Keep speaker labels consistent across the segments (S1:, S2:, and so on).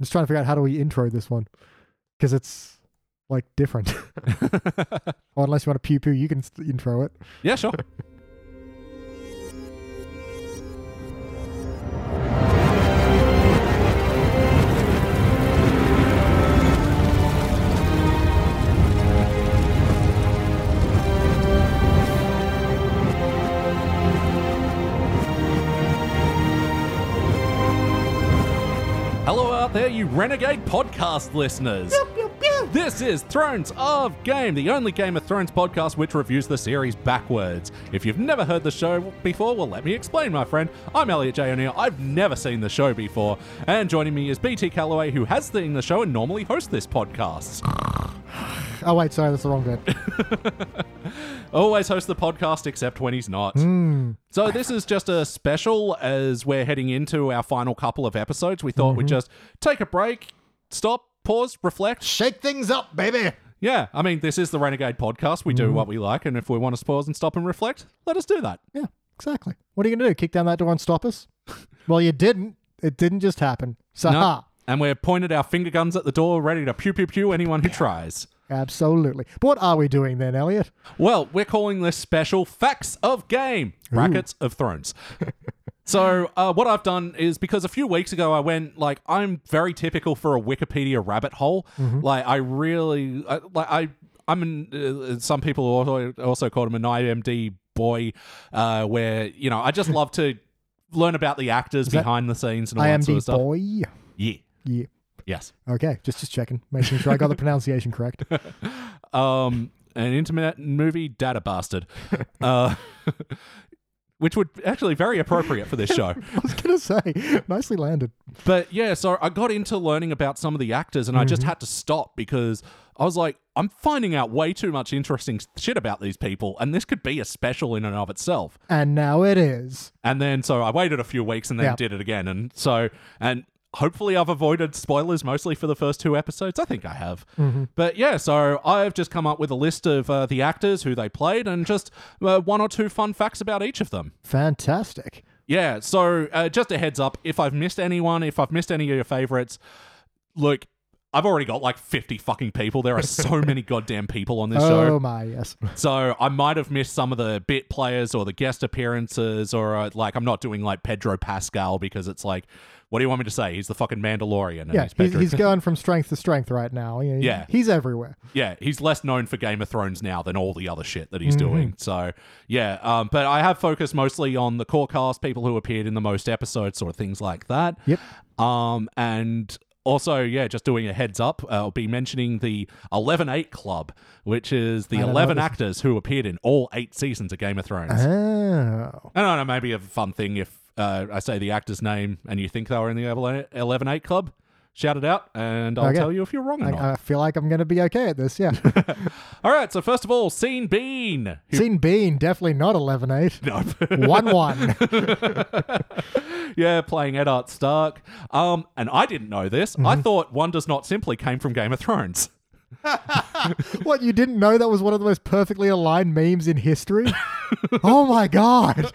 S1: just trying to figure out how do we intro this one because it's like different. Or unless you want to pew pew, you can st- intro it.
S2: yeah, sure. Hello out there, you renegade podcast listeners. This is Thrones of Game, the only Game of Thrones podcast which reviews the series backwards. If you've never heard the show before, well, let me explain, my friend. I'm Elliot J. O'Neill. I've never seen the show before. And joining me is BT Calloway, who has seen the show and normally hosts this podcast.
S1: Oh wait, sorry, that's the wrong bit.
S2: always hosts the podcast except when he's not. So this is just a special as we're heading into our final couple of episodes. We thought we'd just take a break, stop, pause, reflect.
S1: Shake things up, baby.
S2: Yeah, I mean, this is the Renegade podcast. We do what we like, and if we want to pause and stop and reflect, let us do that.
S1: Yeah, exactly. What are you gonna do? Kick down that door and stop us? well, you didn't. It didn't just happen. So
S2: No.
S1: ha.
S2: And we're pointed our finger guns at the door, ready to pew pew pew anyone who tries.
S1: Absolutely. But what are we doing then, Elliot?
S2: Well, we're calling this special Facts of Game, brackets of Thrones. so, uh, what I've done is because a few weeks ago I went, like, I'm very typical for a Wikipedia rabbit hole.
S1: Mm-hmm.
S2: Like, I really, I, like, I, I'm an, uh, some people also, also called him an IMD boy, uh, where, you know, I just love to learn about the actors
S1: that
S2: behind the scenes and all
S1: I am
S2: that sort
S1: the
S2: of stuff.
S1: boy.
S2: Yeah.
S1: Yeah.
S2: Yes.
S1: Okay, just just checking, making sure I got the pronunciation correct.
S2: um, an internet movie data bastard, uh, which would actually very appropriate for this show.
S1: I was gonna say, nicely landed.
S2: But yeah, so I got into learning about some of the actors, and I just had to stop because I was like, I'm finding out way too much interesting shit about these people, and this could be a special in and of itself.
S1: And now it is.
S2: And then so I waited a few weeks and then
S1: Yeah.
S2: did it again, and so and. Hopefully, I've avoided spoilers mostly for the first two episodes. I think I have.
S1: Mm-hmm.
S2: But yeah, so I've just come up with a list of uh, the actors who they played and just uh, one or two fun facts about each of them.
S1: Fantastic.
S2: Yeah, so uh, just a heads up if I've missed anyone, if I've missed any of your favorites, look, I've already got like 50 fucking people. There are so many goddamn people on this show.
S1: Oh my yes.
S2: So I might have missed some of the bit players or the guest appearances, or uh, like I'm not doing like Pedro Pascal because it's like, what do you want me to say? He's the fucking Mandalorian. And
S1: Yeah,
S2: he's
S1: he's,
S2: Pedro.
S1: he's going from strength to strength right now. He-
S2: Yeah.
S1: he's everywhere.
S2: yeah, he's less known for Game of Thrones now than all the other shit that he's
S1: Mm-hmm.
S2: doing. So yeah, um, but I have focused mostly on the core cast, people who appeared in the most episodes, or things like that.
S1: Yep.
S2: Um, and also, yeah, just doing a heads up, uh, I'll be mentioning the 11 8 Club, which is the
S1: don't know
S2: 11
S1: what
S2: actors who appeared in all eight seasons of Game of Thrones.
S1: Oh,
S2: I don't know, maybe a fun thing if uh, I say the actor's name and you think they were in the 11 8 Club. Shout it out, and I'll
S1: Okay.
S2: tell you if you're wrong or not.
S1: I, I feel like I'm going to be okay at this. Yeah,
S2: all right, so first of all, Scene Bean. Who-
S1: scene Bean definitely not eleven eight.
S2: Nope.
S1: One one.
S2: yeah, playing Eddard Stark. Um, and I didn't know this. I
S1: Mm-hmm.
S2: thought One Does Not Simply came from Game of Thrones.
S1: What you didn't know? That was one of the most perfectly aligned memes in history. oh my god!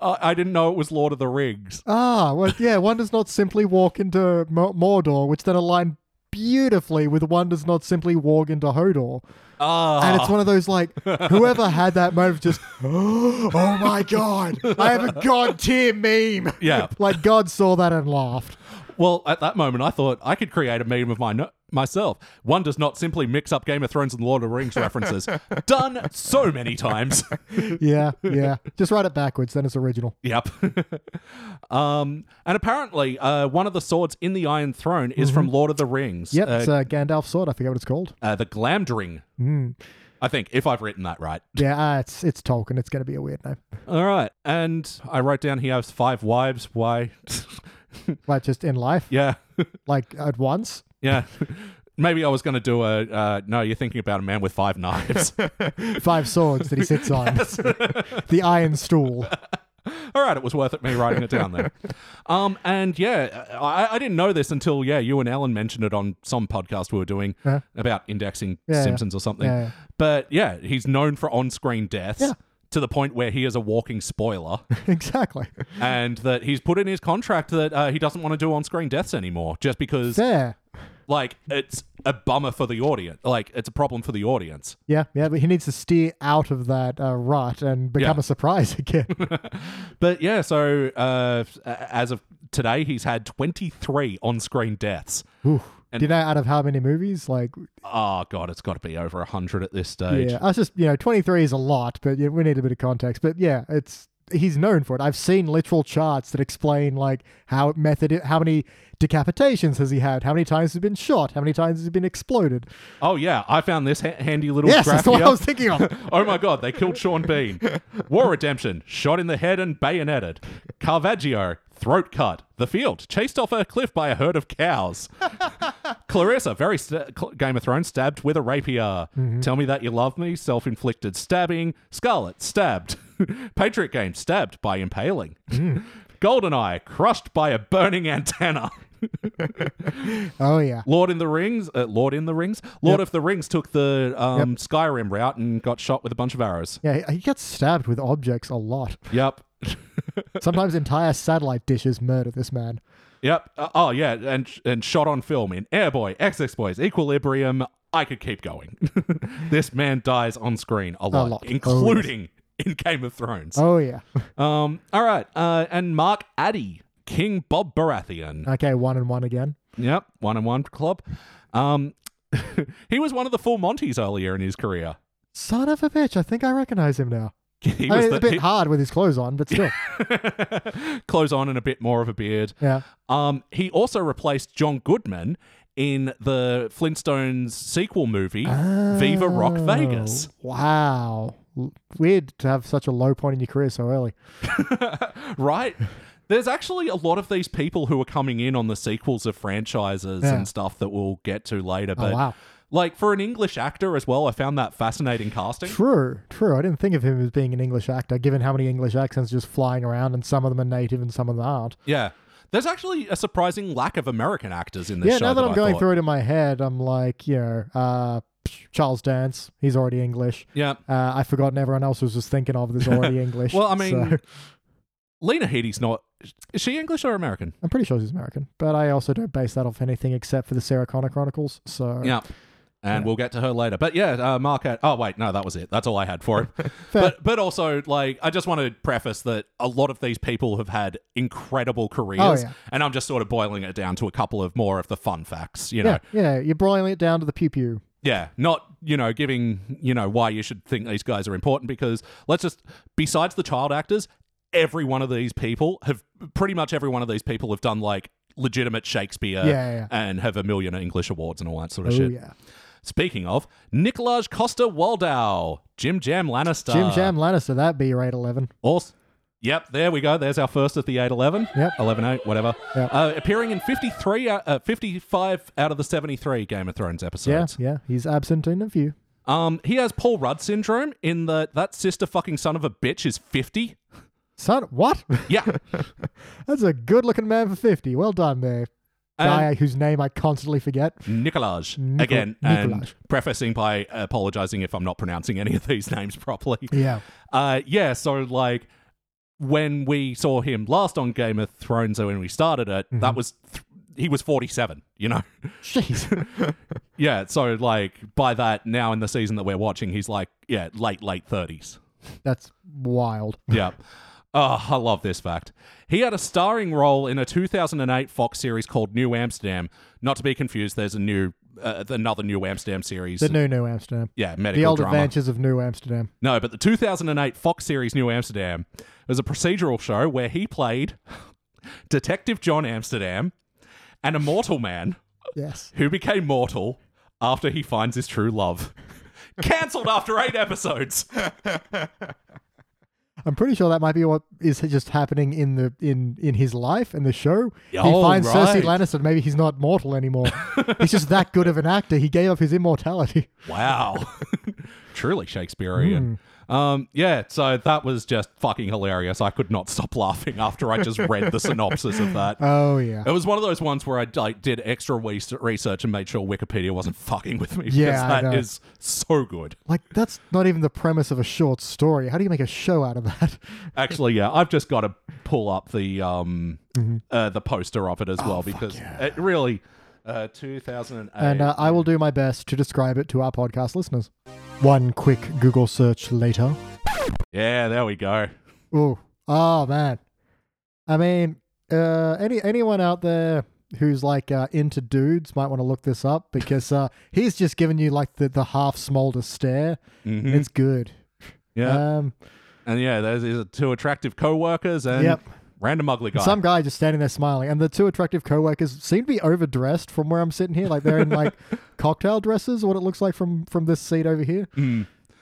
S2: I I didn't know it was Lord of the Rings.
S1: Ah, well, yeah. One does not simply walk into Mo- Mordor, which then aligned beautifully with one does not simply walk into Hodor.
S2: Ah,
S1: And it's one of those like whoever had that moment of just oh my god, I have a god tier meme.
S2: Yeah.
S1: like God saw that and laughed.
S2: well, at that moment, I thought I could create a meme of my myself. One does not simply mix up Game of Thrones and Lord of the Rings references. Done so many times.
S1: Yeah, yeah. Just write it backwards, then it's original.
S2: Yep. um, and apparently, uh, one of the swords in the Iron Throne is from Lord of the Rings.
S1: Yep,
S2: Uh,
S1: it's uh, Gandalf's sword. I forget what it's called. Mm.
S2: uh, the Glamdring. I think, if I've written that right.
S1: Yeah, uh, it's it's Tolkien. It's going to be a weird name.
S2: All right. And I wrote down he has five wives. Why?
S1: Like just in life,
S2: yeah.
S1: like at once.
S2: Yeah. Maybe I was going to do a. Uh, no, you're thinking about a man with five knives.
S1: Five swords that he sits on. the iron stool.
S2: All right, it was worth it me writing it down there. Um, and yeah, I, I didn't know this until yeah, you and Alan mentioned it on some podcast we were doing
S1: Yeah.
S2: about indexing
S1: Yeah,
S2: Simpsons or something.
S1: Yeah, yeah.
S2: But yeah, he's known for on-screen deaths.
S1: Yeah.
S2: to the point where he is a walking spoiler
S1: exactly.
S2: and that he's put in his contract that uh, he doesn't want to do on screen deaths anymore just because,
S1: There.
S2: like, it's a bummer for the audience. Like, it's a problem for the audience.
S1: Yeah, yeah, but he needs to steer out of that uh, rut and become
S2: Yeah.
S1: a surprise again.
S2: But yeah, so uh, as of today, he's had 23 on screen deaths.
S1: Oof.
S2: And-
S1: Do you know out of how many movies? Like,
S2: Oh, God, it's got to be over 100 at this stage.
S1: yeah, I was just you know, twenty three is a lot, but yeah, we need a bit of context. But yeah, it's he's known for it. I've seen literal charts that explain like how method, how many decapitations has he had, how many times has he been shot, how many times has he been exploded.
S2: Oh, yeah, I found this ha- handy little
S1: Yes,
S2: graph
S1: that's what
S2: here.
S1: I was thinking of.
S2: Oh my god, they killed Sean Bean. War Redemption, shot in the head and bayoneted. Caravaggio, throat cut. The Field, chased off a cliff by a herd of cows. Clarissa, very st- Cl- Game of Thrones, stabbed with a rapier.
S1: Mm-hmm.
S2: Tell me that you love me, self inflicted stabbing. Scarlet, stabbed. Patriot Game, stabbed by impaling.
S1: Mm.
S2: Goldeneye, crushed by a burning antenna.
S1: Oh yeah,
S2: Lord in the Rings, uh, Lord in the Rings, Lord of the Rings took the um, Skyrim route and got shot with a bunch of arrows.
S1: yeah, he gets stabbed with objects a lot.
S2: Yep.
S1: Sometimes entire satellite dishes murder this man.
S2: Yep. Uh, oh yeah, and and shot on film in Airboy, XX Boys, Equilibrium. I could keep going. this man dies on screen a lot,
S1: lot. Oh, yes.
S2: including in Game of Thrones.
S1: Oh yeah.
S2: Um. All right. Uh. And Mark Addy, King Bob Baratheon.
S1: Okay, one and one again.
S2: Yep. One and one club. Um. he was one of the full Monties earlier in his career.
S1: Son of a bitch! I think I recognize him now.
S2: He
S1: I
S2: was
S1: mean, a
S2: the
S1: bit
S2: he-
S1: hard with his clothes on, but still.
S2: clothes on and a bit more of a beard.
S1: yeah.
S2: Um, he also replaced John Goodman in the Flintstones sequel movie, Viva Rock Vegas.
S1: Oh, Wow. L- Weird to have such a low point in your career so early.
S2: Right? There's actually a lot of these people who are coming in on the sequels of franchises
S1: Yeah. Oh,
S2: and stuff that we'll get to later. But
S1: wow.
S2: like for an English actor as well, I found that fascinating casting.
S1: True, true. I didn't think of him as being an English actor, given how many English accents are just flying around, and some of them are native and some of them aren't.
S2: Yeah. There's actually a surprising lack of American actors in this
S1: yeah,
S2: show.
S1: now that,
S2: that
S1: I'm
S2: I
S1: going
S2: thought.
S1: through it in my head, I'm like, you know, uh, psh, Charles Dance, he's already English.
S2: Yeah.
S1: Uh, I've forgotten everyone else was just thinking of that's already English.
S2: Well, I
S1: so-
S2: mean, Lena Headey's not. Is she English or American?
S1: I'm pretty sure she's American, but I also don't base that off anything except for the Sarah Connor Chronicles. So
S2: Yeah. And we'll get to her later. But yeah, uh, Mark had. Oh, wait. No, that was it. That's all I had for him. but, but also, like, I just want to preface that a lot of these people have had incredible careers.
S1: Oh, yeah.
S2: And I'm just sort of boiling it down to a couple of more of the fun facts, you know?
S1: yeah,
S2: Yeah.
S1: yeah, you're boiling it down to the pew pew.
S2: Not, you know, giving, you know, why you should think these guys are important because let's just, besides the child actors, every one of these people have, pretty much every one of these people have done, like, legitimate Shakespeare
S1: Yeah, yeah, yeah.
S2: and have a million English awards and all that sort of
S1: Oh
S2: shit.
S1: yeah.
S2: Speaking of, Nikolaj Costa Waldau, Jim Jam Lannister.
S1: Jim Jam Lannister, that be rate 11.
S2: Also, yep, there we go. There's our first at the 8 11.
S1: Yep.
S2: 11 8, whatever.
S1: Yep.
S2: Uh, appearing in 53, uh, uh, 55 out of the 73 Game of Thrones
S1: Yeah,
S2: episodes.
S1: yeah. He's absent in a view.
S2: Um, he has Paul Rudd syndrome in that that sister fucking son of a bitch is 50.
S1: Son, what?
S2: Yeah.
S1: That's a good looking man for 50. Well done there. Guy whose name I constantly forget.
S2: Nikolaj. Again, and
S1: Nikolaj.
S2: prefacing by apologizing if I'm not pronouncing any of these names properly.
S1: Yeah.
S2: Uh, yeah, so like when we saw him last on Game of Thrones, or when we started it,
S1: Mm-hmm.
S2: that was th- he was forty-seven. You know,
S1: Jeez.
S2: yeah. So like by that now in the season that we're watching, he's like yeah, late late thirties.
S1: That's wild.
S2: Yeah. Oh, I love this fact. He had a starring role in a 2008 Fox series called New Amsterdam. Not to be confused, there's a new, uh, another New Amsterdam series.
S1: The new New Amsterdam.
S2: yeah,
S1: The
S2: medical
S1: old
S2: drama.
S1: adventures of New Amsterdam.
S2: No, but the 2008 Fox series New Amsterdam was a procedural show where he played Detective John Amsterdam, an immortal man
S1: Yes.
S2: who became mortal after he finds his true love. Cancelled after eight episodes.
S1: I'm pretty sure that might be what is just happening in the in in his life and the show. he
S2: Oh,
S1: finds Cersei
S2: right.
S1: Lannister. Maybe he's not mortal anymore. he's just that good of an actor. He gave up his immortality.
S2: Wow. Truly Shakespearean. Um, yeah, so that was just fucking hilarious. I could not stop laughing after I just read the synopsis of that.
S1: Oh yeah.
S2: It was one of those ones where I like did extra waste- research and made sure Wikipedia wasn't fucking with me.
S1: Yeah, I
S2: because that
S1: know.
S2: is so good.
S1: Like that's not even the premise of a short story. How do you make a show out of that?
S2: Actually, yeah, I've just got to pull up the um
S1: Mm-hmm.
S2: uh, the poster of it as well because it really uh, 2008.
S1: Oh, And uh, I will do my best to describe it to our podcast listeners. One quick Google search later.
S2: yeah, there we go.
S1: Oh, oh man. I mean, uh, any anyone out there who's like uh, into dudes might want to look this up because uh, he's just giving you like the, the half smolder stare.
S2: Mhm.
S1: It's good.
S2: Yeah,
S1: Um,
S2: and yeah, there's, there's two attractive co-workers and
S1: Yep.
S2: random ugly guy.
S1: Some guy just standing there smiling, and the two attractive coworkers seem to be overdressed from where I'm sitting here. Like they're in like cocktail dresses, or what it looks like from from this seat over here.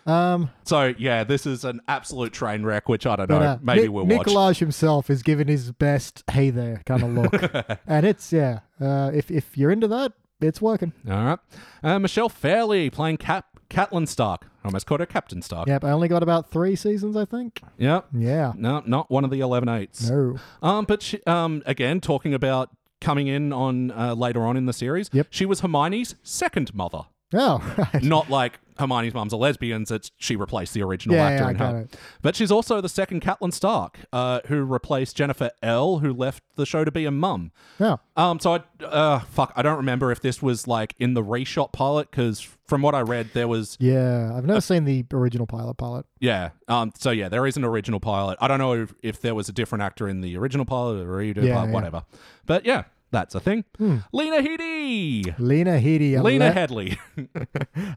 S1: Um,
S2: so yeah, this is an absolute train wreck. Which I don't know.
S1: but, uh,
S2: Maybe
S1: Ni-
S2: we'll watch.
S1: Nicolaj himself is giving his best "Hey there" kind of look, and it's yeah. Uh, if if you're into that, it's working.
S2: All right, uh, Michelle Fairley playing Cap Catelyn Stark. I almost called her Captain Stark.
S1: Yep, I only got about three seasons, I think.
S2: Yep.
S1: Yeah.
S2: No, not one of the eleven eights.
S1: No.
S2: Um, but she, um, again, talking about coming in on uh, later on in the series.
S1: Yep.
S2: She was Hermione's second mother.
S1: Oh, right.
S2: Not like Hermione's mum's a lesbian. It's she replaced the original
S1: Yeah,
S2: actor
S1: yeah, I
S2: in
S1: got
S2: her.
S1: it.
S2: But she's also the second Catelyn Stark, uh, who replaced Jennifer L, who left the show to be a mum.
S1: Yeah.
S2: Um, so I uh, fuck, I don't remember if this was like in the reshot pilot because from what I read, there was
S1: Yeah. I've never seen the original pilot pilot.
S2: yeah. Um, so yeah, there is an original pilot. I don't know if, if there was a different actor in the original pilot or redo
S1: Yeah,
S2: pilot,
S1: yeah.
S2: whatever. But yeah, that's a thing. Lena Headey,
S1: Lena Headey,
S2: Lena
S1: ele-
S2: Headley.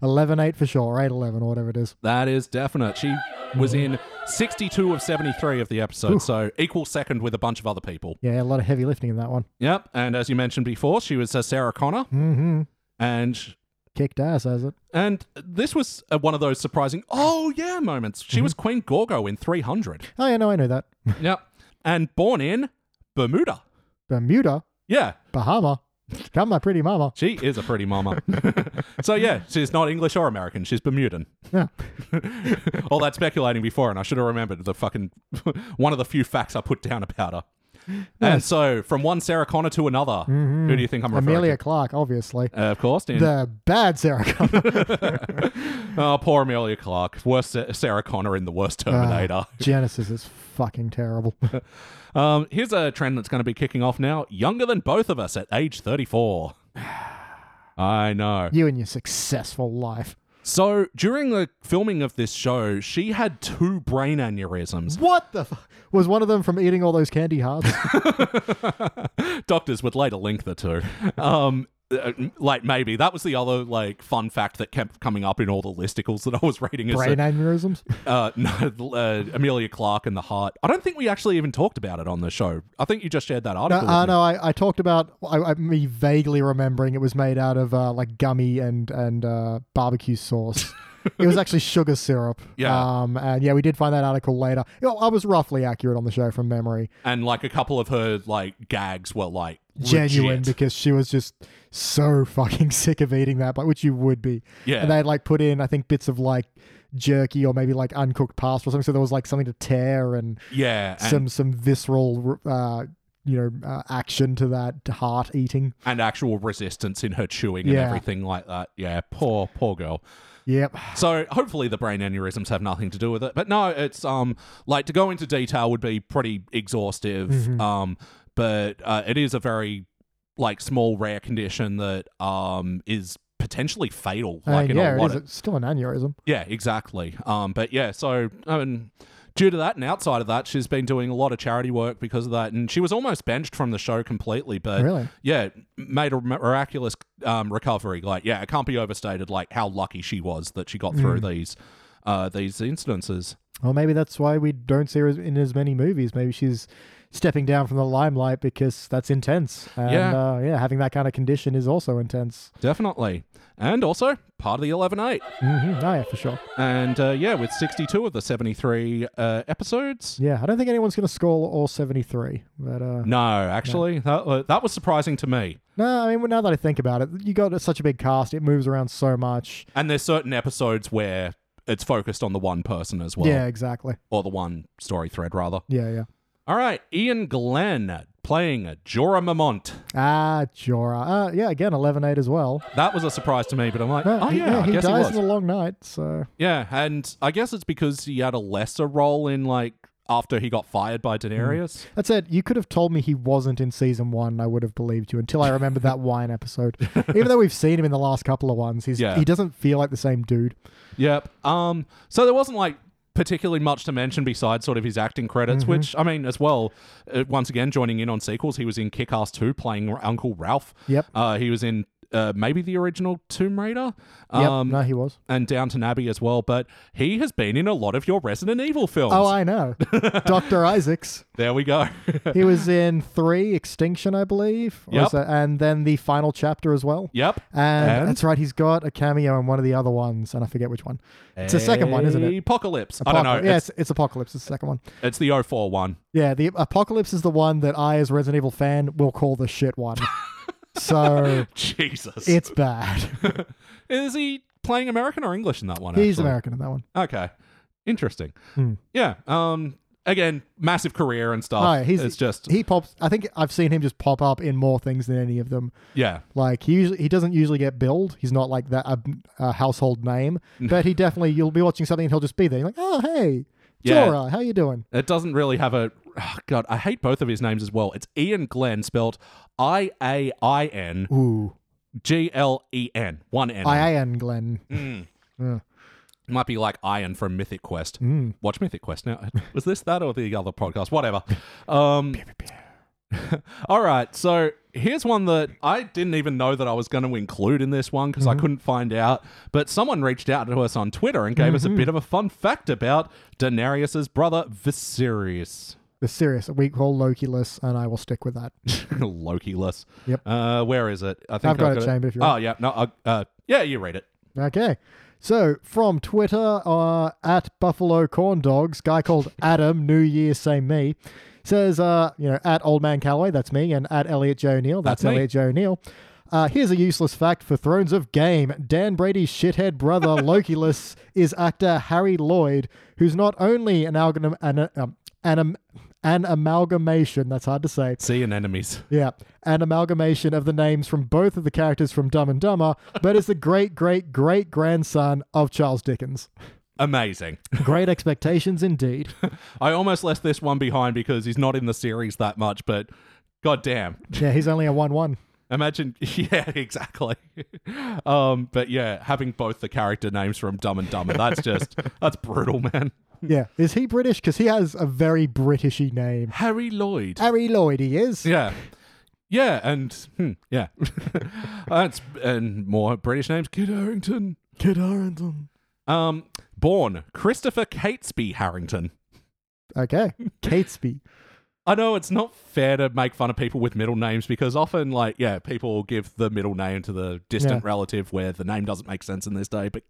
S1: 11 8 for sure, or 8 11 or whatever it is.
S2: that is definite. She was in sixty-two of seventy-three of the episode, so equal second with a bunch of other people.
S1: Yeah, a lot of heavy lifting in that one.
S2: Yep. And as you mentioned before, she was uh, Sarah Connor,
S1: Mm-hmm.
S2: and
S1: Kicked ass, has it?
S2: And this was uh, one of those surprising, oh yeah, moments.
S1: Mm-hmm.
S2: She was Queen Gorgo in 300.
S1: Oh, yeah, no, I know that.
S2: yep. And born in Bermuda.
S1: Bermuda,
S2: Yeah,
S1: Bahama, come my pretty mama.
S2: she is a pretty mama. so yeah, she's not English or American. She's Bermudan.
S1: Yeah.
S2: All that speculating before, and I should have remembered the fucking one of the few facts I put down about her. And so, from one Sarah Connor to another, who do you think I'm referring
S1: Mm-hmm. Amelia Clark, obviously.
S2: to? Uh, of course, Dan.
S1: The bad Sarah Connor.
S2: oh, poor Amelia Clark. Worst Sa- Sarah Connor in the worst
S1: Ah.
S2: Terminator.
S1: Genesis is fucking terrible.
S2: Um, here's a trend that's going to be kicking off now. Younger than both of us at age 34. I know.
S1: you and your successful life.
S2: So during the filming of this show, she had two brain aneurysms.
S1: What the fu- Was one of them from eating all those candy hearts? Mm-hmm.
S2: Doctors would later link the two. Um, uh, like maybe that was the other like fun fact that kept coming up in all the listicles that I was reading. Is
S1: Brain
S2: that,
S1: aneurysms?
S2: uh, no, uh, Amelia Clark and the heart. I don't think we actually even talked about it on the show. I think you just shared that
S1: No,
S2: article.
S1: uh,
S2: with me.
S1: no I, I talked about I, I, me vaguely remembering it was made out of uh, like gummy and and uh, barbecue sauce. it was actually sugar syrup.
S2: Yeah.
S1: Um, and yeah, we did find that article later. You know, I was roughly accurate on the show from memory.
S2: And like a couple of her like gags were like
S1: Genuine
S2: legit.
S1: because she was just so fucking sick of eating that, but which you would be.
S2: Yeah.
S1: And they had like put in I think bits of like jerky or maybe like uncooked pasta or something. So there was like something to tear and
S2: Yeah, and,
S1: some some visceral. Uh, you know, uh, action to that heart eating.
S2: and actual resistance in her chewing
S1: Yeah.
S2: and everything like that. Yeah, poor, poor girl.
S1: Yep.
S2: So hopefully the brain aneurysms have nothing to do with it. But no, it's um like to go into detail would be pretty exhaustive.
S1: Mm-hmm.
S2: Um, but uh, it is a very like small rare condition that um is potentially fatal.
S1: I
S2: Like
S1: mean,
S2: in
S1: Uh, yeah,
S2: a
S1: it
S2: lot
S1: is.
S2: of
S1: It's still an aneurysm.
S2: yeah, exactly. Um, but yeah, so I mean. Due to that, and outside of that, she's been doing a lot of charity work because of that, and she was almost benched from the show completely. But
S1: Really?
S2: yeah, made a mi- miraculous um, recovery. Like, yeah, it can't be overstated. Like how lucky she was that she got
S1: Mm.
S2: through these uh, these incidences.
S1: Well, maybe that's why we don't see her as- in as many movies. Maybe she's stepping down from the limelight because that's intense. And,
S2: Yeah.
S1: Uh, yeah, having that kind of condition is also intense.
S2: Definitely, and also part of the eleven eight.
S1: Mm-hmm. Oh, yeah, for sure.
S2: And uh, yeah, with sixty two of the seventy three uh, episodes.
S1: Yeah, I don't think anyone's going to score all 73. But uh, no.
S2: No, actually, That, wa- that was surprising to me.
S1: I mean, well, now that I think about it, you got such a big cast, it moves around so much.
S2: And there's certain episodes where it's focused on the one person as well,
S1: yeah, exactly.
S2: or the one story thread rather.
S1: Yeah, yeah.
S2: All right, Ian Glenn playing Jorah Mamont.
S1: Ah, Jorah. Uh, yeah, again, 11 8 as well.
S2: That was a surprise to me, but I'm like,
S1: No,
S2: oh
S1: he,
S2: yeah,
S1: yeah,
S2: I
S1: he
S2: guess he
S1: dies
S2: was.
S1: in a long night, so.
S2: Yeah, and I guess it's because he had a lesser role in like after he got fired by
S1: Hmm.
S2: Daenerys.
S1: That's it. You could have told me he wasn't in season one, and I would have believed you until I remembered that wine episode. Even though we've seen him in the last couple of ones, he's,
S2: Yeah.
S1: he doesn't feel like the same dude.
S2: Yep. Um. So there wasn't like particularly much to mention besides sort of his acting credits,
S1: Mm-hmm.
S2: which I mean, as well, uh, once again joining in on sequels, he was in Kick-Ass Two playing R- Uncle Ralph.
S1: Yep.
S2: Uh, he was in. Uh, maybe the original Tomb Raider,
S1: Yep,
S2: um,
S1: no, he was.
S2: and Downton Abbey as well. But he has been in a lot of your Resident Evil films.
S1: Oh, I know. Dr. Isaacs.
S2: there we go.
S1: He was in three, Extinction, I believe. or
S2: Yep.
S1: is that- and then the final chapter as well.
S2: yep.
S1: And,
S2: And?
S1: that's right, he's got a cameo in one of the other ones, and I forget which one. It's the second one, isn't it?
S2: Apocalypse. I don't know.
S1: Yeah,
S2: It's,
S1: it's, it's Apocalypse. It's the second one.
S2: it's the 04 one.
S1: Yeah, the Apocalypse is the one that I, as a Resident Evil fan, will call the shit one. so
S2: Jesus.
S1: it's bad.
S2: Is he playing American or English in that one?
S1: He's
S2: actually?
S1: American in that one.
S2: Okay. Interesting. Yeah. Um. Again, massive career and stuff.
S1: Oh, he's
S2: it's just
S1: he pops. I think I've seen him just pop up in more things than any of them.
S2: yeah.
S1: Like he usually he doesn't usually get billed. He's not like that a, a household name, but he definitely you'll be watching something and he'll just be there. You're like, oh hey,
S2: Yeah.
S1: Jorah, how you doing?
S2: It doesn't really have a. oh, God, I hate both of his names as well. It's Ian Glenn spelled I A I N
S1: Ooh,
S2: G L E N. One N.
S1: I am Glenn.
S2: Might be like Iron from Mythic Quest.
S1: Mm.
S2: Watch Mythic Quest now. Was this that or the other podcast? Whatever. Um, all right. So here's one that I didn't even know that I was going to include in this one because
S1: Mm-hmm.
S2: I couldn't find out. But someone reached out to us on Twitter and gave us a
S1: Mm-hmm.
S2: bit of a fun fact about Daenerys' brother Viserys.
S1: The serious. We call Loki-less, and I will stick with that.
S2: Loki-less.
S1: Yep.
S2: Uh, where is it? I think
S1: I've got it,
S2: it.
S1: Shane, but if you
S2: Oh, yeah. No. I- Uh, yeah, you read it.
S1: Okay. So from Twitter, uh, at Buffalo Corn Dogs, guy called Adam, New Year, same me, says, uh, you know, at Old Man Calloway, that's me, and at Elliot J. O'Neill, that's,
S2: That's me.
S1: Elliot J. O'Neill. Uh, here's a useless fact for Thrones of Game. Dan Brady's shithead brother, Lokiless, is actor Harry Lloyd, who's not only an, algam- an, um, an, am- an amalgamation, that's hard to say,
S2: See and enemies.
S1: yeah, an amalgamation of the names from both of the characters from Dumb and Dumber, but is the great great great grandson of Charles Dickens.
S2: Amazing.
S1: Great expectations indeed.
S2: I almost left this one behind because he's not in the series that much, but goddamn.
S1: Yeah, he's only a 1 1.
S2: Imagine yeah, exactly. Um, but yeah, having both the character names from Dumb and Dumber, that's just that's brutal, man.
S1: Yeah. Is he British? Because he has a very Britishy name.
S2: Harry Lloyd.
S1: Harry Lloyd, he is.
S2: Yeah. Yeah, and hmm, yeah. that's and more British names. Kid Harrington.
S1: Kid Harrington.
S2: Um born Christopher Catesby Harrington.
S1: Okay. Catesby.
S2: I know it's not fair to make fun of people with middle names because often, like, yeah, people give the middle name to the distant
S1: Yeah.
S2: relative where the name doesn't make sense in this day. But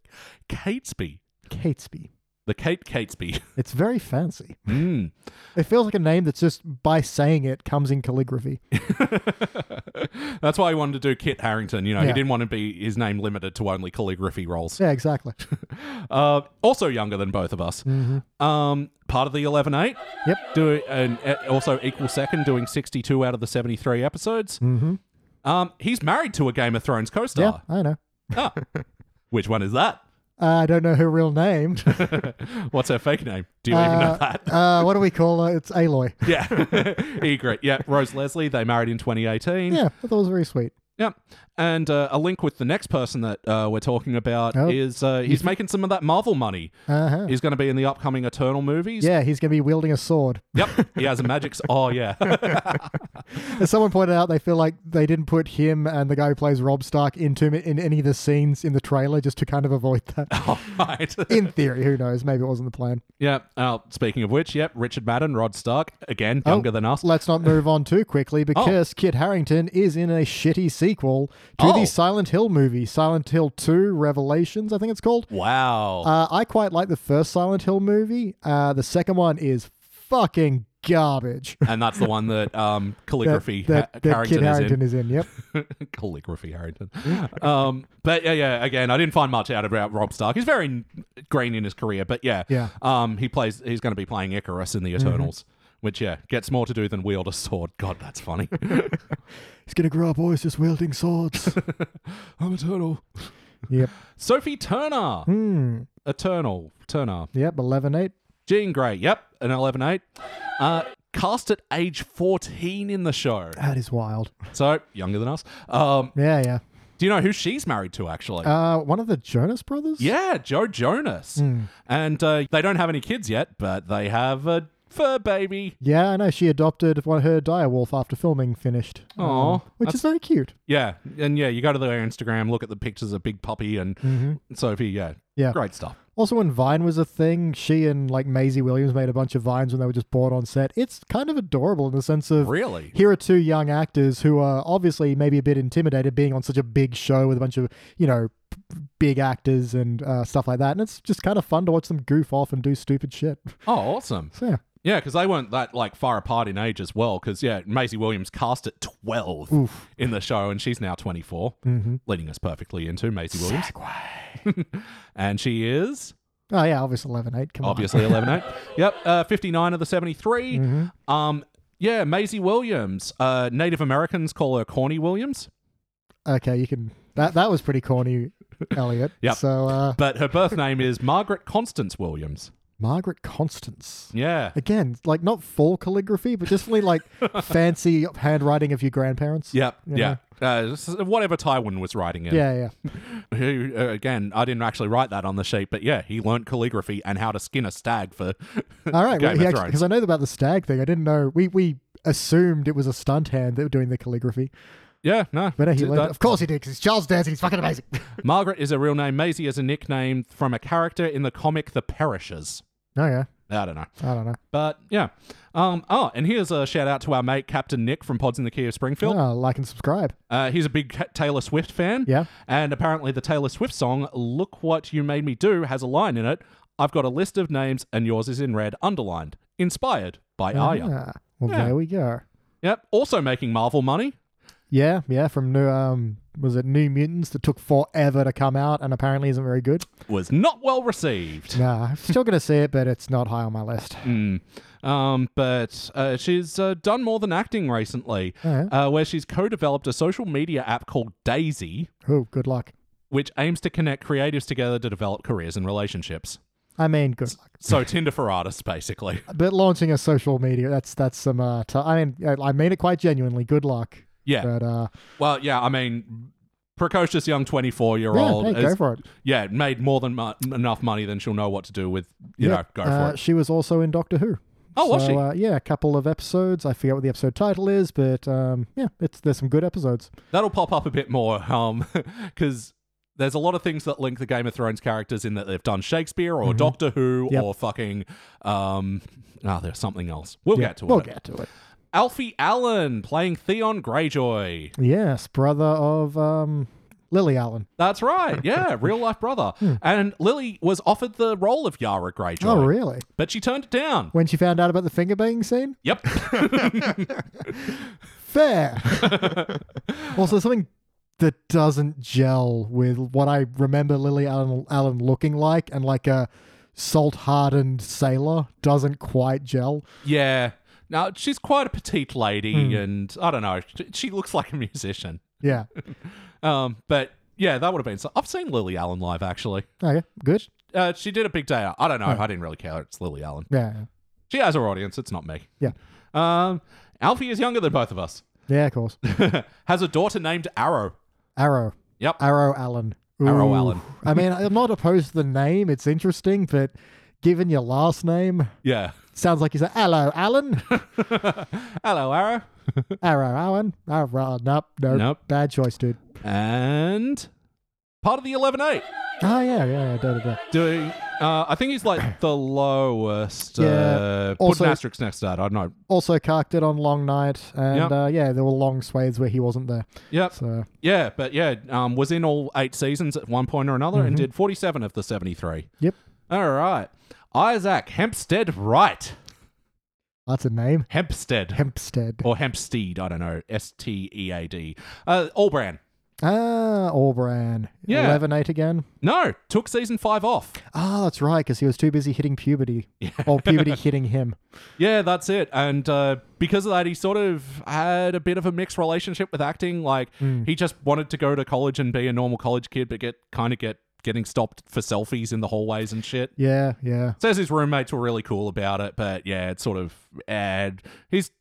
S2: Catesby,
S1: Catesby.
S2: the Kate Catesby.
S1: It's very fancy.
S2: Mm.
S1: It feels like a name that's just by saying it comes in calligraphy.
S2: That's why he wanted to do Kit Harrington. You know, he
S1: Yeah.
S2: didn't want to be his name limited to only calligraphy roles.
S1: Yeah, exactly.
S2: Uh, also younger than both of us. Um, part of the 11 8.
S1: Mm-hmm. Yep.
S2: Do, and uh, also equal second, doing 62 out of the 73 episodes. Mm-hmm. Um, he's married to a Game of Thrones co star.
S1: Yeah, I know.
S2: Ah. Which one is that?
S1: Uh, I don't know her real name.
S2: What's her fake name? Do you even
S1: Uh,
S2: know that?
S1: uh, what do we call her? It's Aloy.
S2: Yeah. Egret. Yeah. Rose Leslie. They married in 2018.
S1: Yeah, I thought it was very sweet.
S2: Yeah. And uh, a link with the next person that uh, we're talking about
S1: Oh.
S2: is uh, he's making some of that Marvel money.
S1: Uh-huh.
S2: He's going to be in the upcoming Eternal movies.
S1: Yeah, he's going to be wielding a sword.
S2: Yep. He has a magic. s- oh, yeah.
S1: As someone pointed out, they feel like they didn't put him and the guy who plays Rob Stark into in any of the scenes in the trailer just to kind of avoid that.
S2: All right.
S1: In theory, who knows? Maybe it wasn't the plan.
S2: yeah. Uh, speaking of which, yep. Richard Madden, Rod Stark, again,
S1: Oh.
S2: younger than us.
S1: Let's not move on too quickly
S2: Oh.
S1: because Kit Harrington is in a shitty sequel to
S2: Oh.
S1: the Silent Hill movie, Silent Hill 2 Revelations, I think it's called.
S2: Wow.
S1: Uh, I quite like the first Silent Hill movie. Uh, the second one is fucking garbage.
S2: and that's the one that um, calligraphy
S1: that,
S2: Ha-
S1: that
S2: Harrington
S1: kid
S2: is
S1: Harrington
S2: in.
S1: is in. Yep.
S2: calligraphy Harrington. Um, but yeah, yeah. Again, I didn't find much out about Rob Stark. He's very n- green in his career, but yeah,
S1: Yeah.
S2: Um, he plays. He's going to be playing Icarus in the Eternals, which yeah gets more to do than wield a sword. God, that's funny.
S1: He's gonna grow up always just wielding swords.
S2: I'm a turtle.
S1: yep.
S2: Sophie Turner, Eternal Turner.
S1: Yep. Eleven eight.
S2: Jean Grey. Yep, an eleven eight. Uh, cast at age fourteen in the show,
S1: That is wild.
S2: so younger than us. Um,
S1: Yeah. Yeah.
S2: do you know who she's married to? Actually,
S1: Uh, one of the Jonas brothers.
S2: Yeah, Joe Jonas. And uh, they don't have any kids yet, but they have a fur baby.
S1: Yeah, I know. She adopted one her direwolf after filming finished. um,
S2: Aw,
S1: which is very cute.
S2: Yeah. And yeah, you go to their Instagram, look at the pictures of Big Puppy and Sophie. Yeah.
S1: Yeah.
S2: Great stuff.
S1: Also, when Vine was a thing, she and like Maisie Williams made a bunch of vines when they were just bored on set. It's kind of adorable in the sense of
S2: Really?
S1: here are two young actors who are obviously maybe a bit intimidated being on such a big show with a bunch of you know p- big actors and uh, stuff like that, and it's just kind of fun to watch them goof off and do stupid shit.
S2: Oh, awesome.
S1: So yeah,
S2: Yeah, because they weren't that like far apart in age as well. Because yeah, Maisie Williams cast at 12 in the show, and she's now 24, leading us perfectly into Maisie Williams. and she is
S1: oh yeah, obviously eleven eight. Mm-hmm. Come
S2: obviously 11 8 yep uh, 59 of the 73 um yeah Maisie Williams uh Native Americans call her Corny Williams
S1: on. Okay, you can. That that was pretty corny, Elliot.
S2: Yep.
S1: So uh,
S2: but her birth name is Margaret Constance Williams
S1: Margaret Constance.
S2: yeah
S1: Again, like not full calligraphy, but just really like fancy handwriting of your grandparents.
S2: yep yeah uh, this is whatever Tywin was writing in.
S1: Yeah, yeah.
S2: Who, uh, again, I didn't actually write that on the sheet, but yeah, he learned calligraphy and how to skin a stag for.
S1: All right,
S2: Game of Thrones.
S1: because I know about the stag thing. I didn't know. We we assumed it was a stunt hand that were doing the calligraphy,
S2: yeah, no.
S1: but no, he
S2: Did
S1: learned.
S2: that-
S1: it. Of course he did, because he's Charles Dance and he's fucking amazing.
S2: Margaret is a real name. Maisie is a nickname from a character in the comic The Perishers.
S1: oh yeah,
S2: I don't know.
S1: I don't know.
S2: But yeah. Um, oh, and here's a shout out to our mate Captain Nick from Pods in the Key of Springfield.
S1: Oh, like and subscribe.
S2: Uh, he's a big Ca- Taylor Swift fan.
S1: Yeah.
S2: And apparently, the Taylor Swift song "Look What You Made Me Do" has a line in it. I've got a list of names, and yours is in red, underlined. Inspired by Aya.
S1: Ah, well,
S2: Oh, Yeah.
S1: there we go.
S2: Yep. Also making Marvel money.
S1: Yeah, yeah. From new um, was it New Mutants that took forever to come out and apparently isn't very good.
S2: Was not well received.
S1: Nah, I'm still gonna see it, but it's not high on my list.
S2: Mm. Um, but uh, she's uh, done more than acting recently,
S1: Alright.
S2: uh, where she's co-developed a social media app called Daisy.
S1: Oh, good luck.
S2: which aims to connect creatives together to develop careers and relationships.
S1: I mean, good luck.
S2: So Tinder for artists, basically.
S1: But launching a social media—that's that's some. Uh, t- I mean, I- I mean it quite genuinely. Good luck.
S2: Yeah.
S1: But uh,
S2: Well, yeah. I mean, precocious young
S1: yeah,
S2: twenty-four-year-old.
S1: hey,
S2: is-
S1: go for it.
S2: yeah, made more than mu- enough money than she'll know what to do with. You
S1: Yeah,
S2: know, go
S1: uh,
S2: for it.
S1: She was also in Doctor Who.
S2: Oh,
S1: so,
S2: was she?
S1: Uh, yeah, a couple of episodes. I forget what the episode title is, but um, yeah, it's there's some good episodes.
S2: That'll pop up a bit more, um, because. There's a lot of things that link the Game of Thrones characters in that they've done Shakespeare or Doctor Who
S1: Mm-hmm. Yep.
S2: or fucking um ah there's something else. We'll
S1: Yeah,
S2: get to
S1: we'll
S2: it.
S1: get to it.
S2: Alfie Allen playing Theon Greyjoy.
S1: Yes, brother of um, Lily Allen.
S2: That's right. Yeah, real life brother. And Lily was offered the role of Yara Greyjoy,
S1: Hmm. Oh, really?
S2: but she turned it down.
S1: When she found out about the finger banging scene,
S2: Yep.
S1: fair. also, something that doesn't gel with what I remember Lily Allen, Allen looking like, and like a salt hardened sailor doesn't quite gel.
S2: yeah. Now she's quite a petite lady,
S1: Hmm.
S2: and I don't know. she- She looks like a musician.
S1: Yeah.
S2: Um, but yeah, that would have been. So I've seen Lily Allen live actually.
S1: Okay. Good.
S2: Uh, she did a big day out. I don't know. I didn't really care. It's Lily Allen.
S1: Yeah. yeah.
S2: She has her audience. It's not me.
S1: Yeah.
S2: Um, Alfie is younger than both of us.
S1: Yeah, of course.
S2: has a daughter named Arrow.
S1: Arrow.
S2: Yep.
S1: Arrow Allen.
S2: Arrow
S1: Ooh.
S2: Allen.
S1: I mean, I'm not opposed to the name. It's interesting, but given your last name,
S2: Yeah.
S1: sounds like you say, hello, Allen.
S2: Hello, Arrow.
S1: Arrow Allen. Arrow. Nope. Nope.
S2: Nope.
S1: Bad choice, dude.
S2: and part of the 11 8
S1: Oh, yeah. Yeah. yeah da, da, da.
S2: doing uh, i think he's like the lowest
S1: Yeah,
S2: uh, put
S1: also-
S2: an asterisk next to that i don't know
S1: Also, Kark did on Long Night. And
S2: Yep.
S1: uh, yeah, there were long swathes where he wasn't there.
S2: yep
S1: So,
S2: yeah but yeah um, was in all eight seasons at one point or another and did 47 of the 73
S1: Mm-hmm. yep.
S2: all right isaac hempstead wright
S1: That's a name.
S2: Hempstead.
S1: Hempstead.
S2: or Hempstead, I don't know. S T E A D. Uh, Allbrand.
S1: Ah, Orbran.
S2: Yeah.
S1: 11 8 again.
S2: No, took season five off.
S1: Ah, that's right, because he was too busy hitting puberty. Or puberty hitting him.
S2: Yeah, that's it. And uh, because of that, he sort of had a bit of a mixed relationship with acting. Like he just wanted to go to college and be a normal college kid, but get kind of get getting stopped for selfies in the hallways and shit.
S1: Yeah, yeah.
S2: Says his roommates were really cool about it, but yeah, it's sort of and he's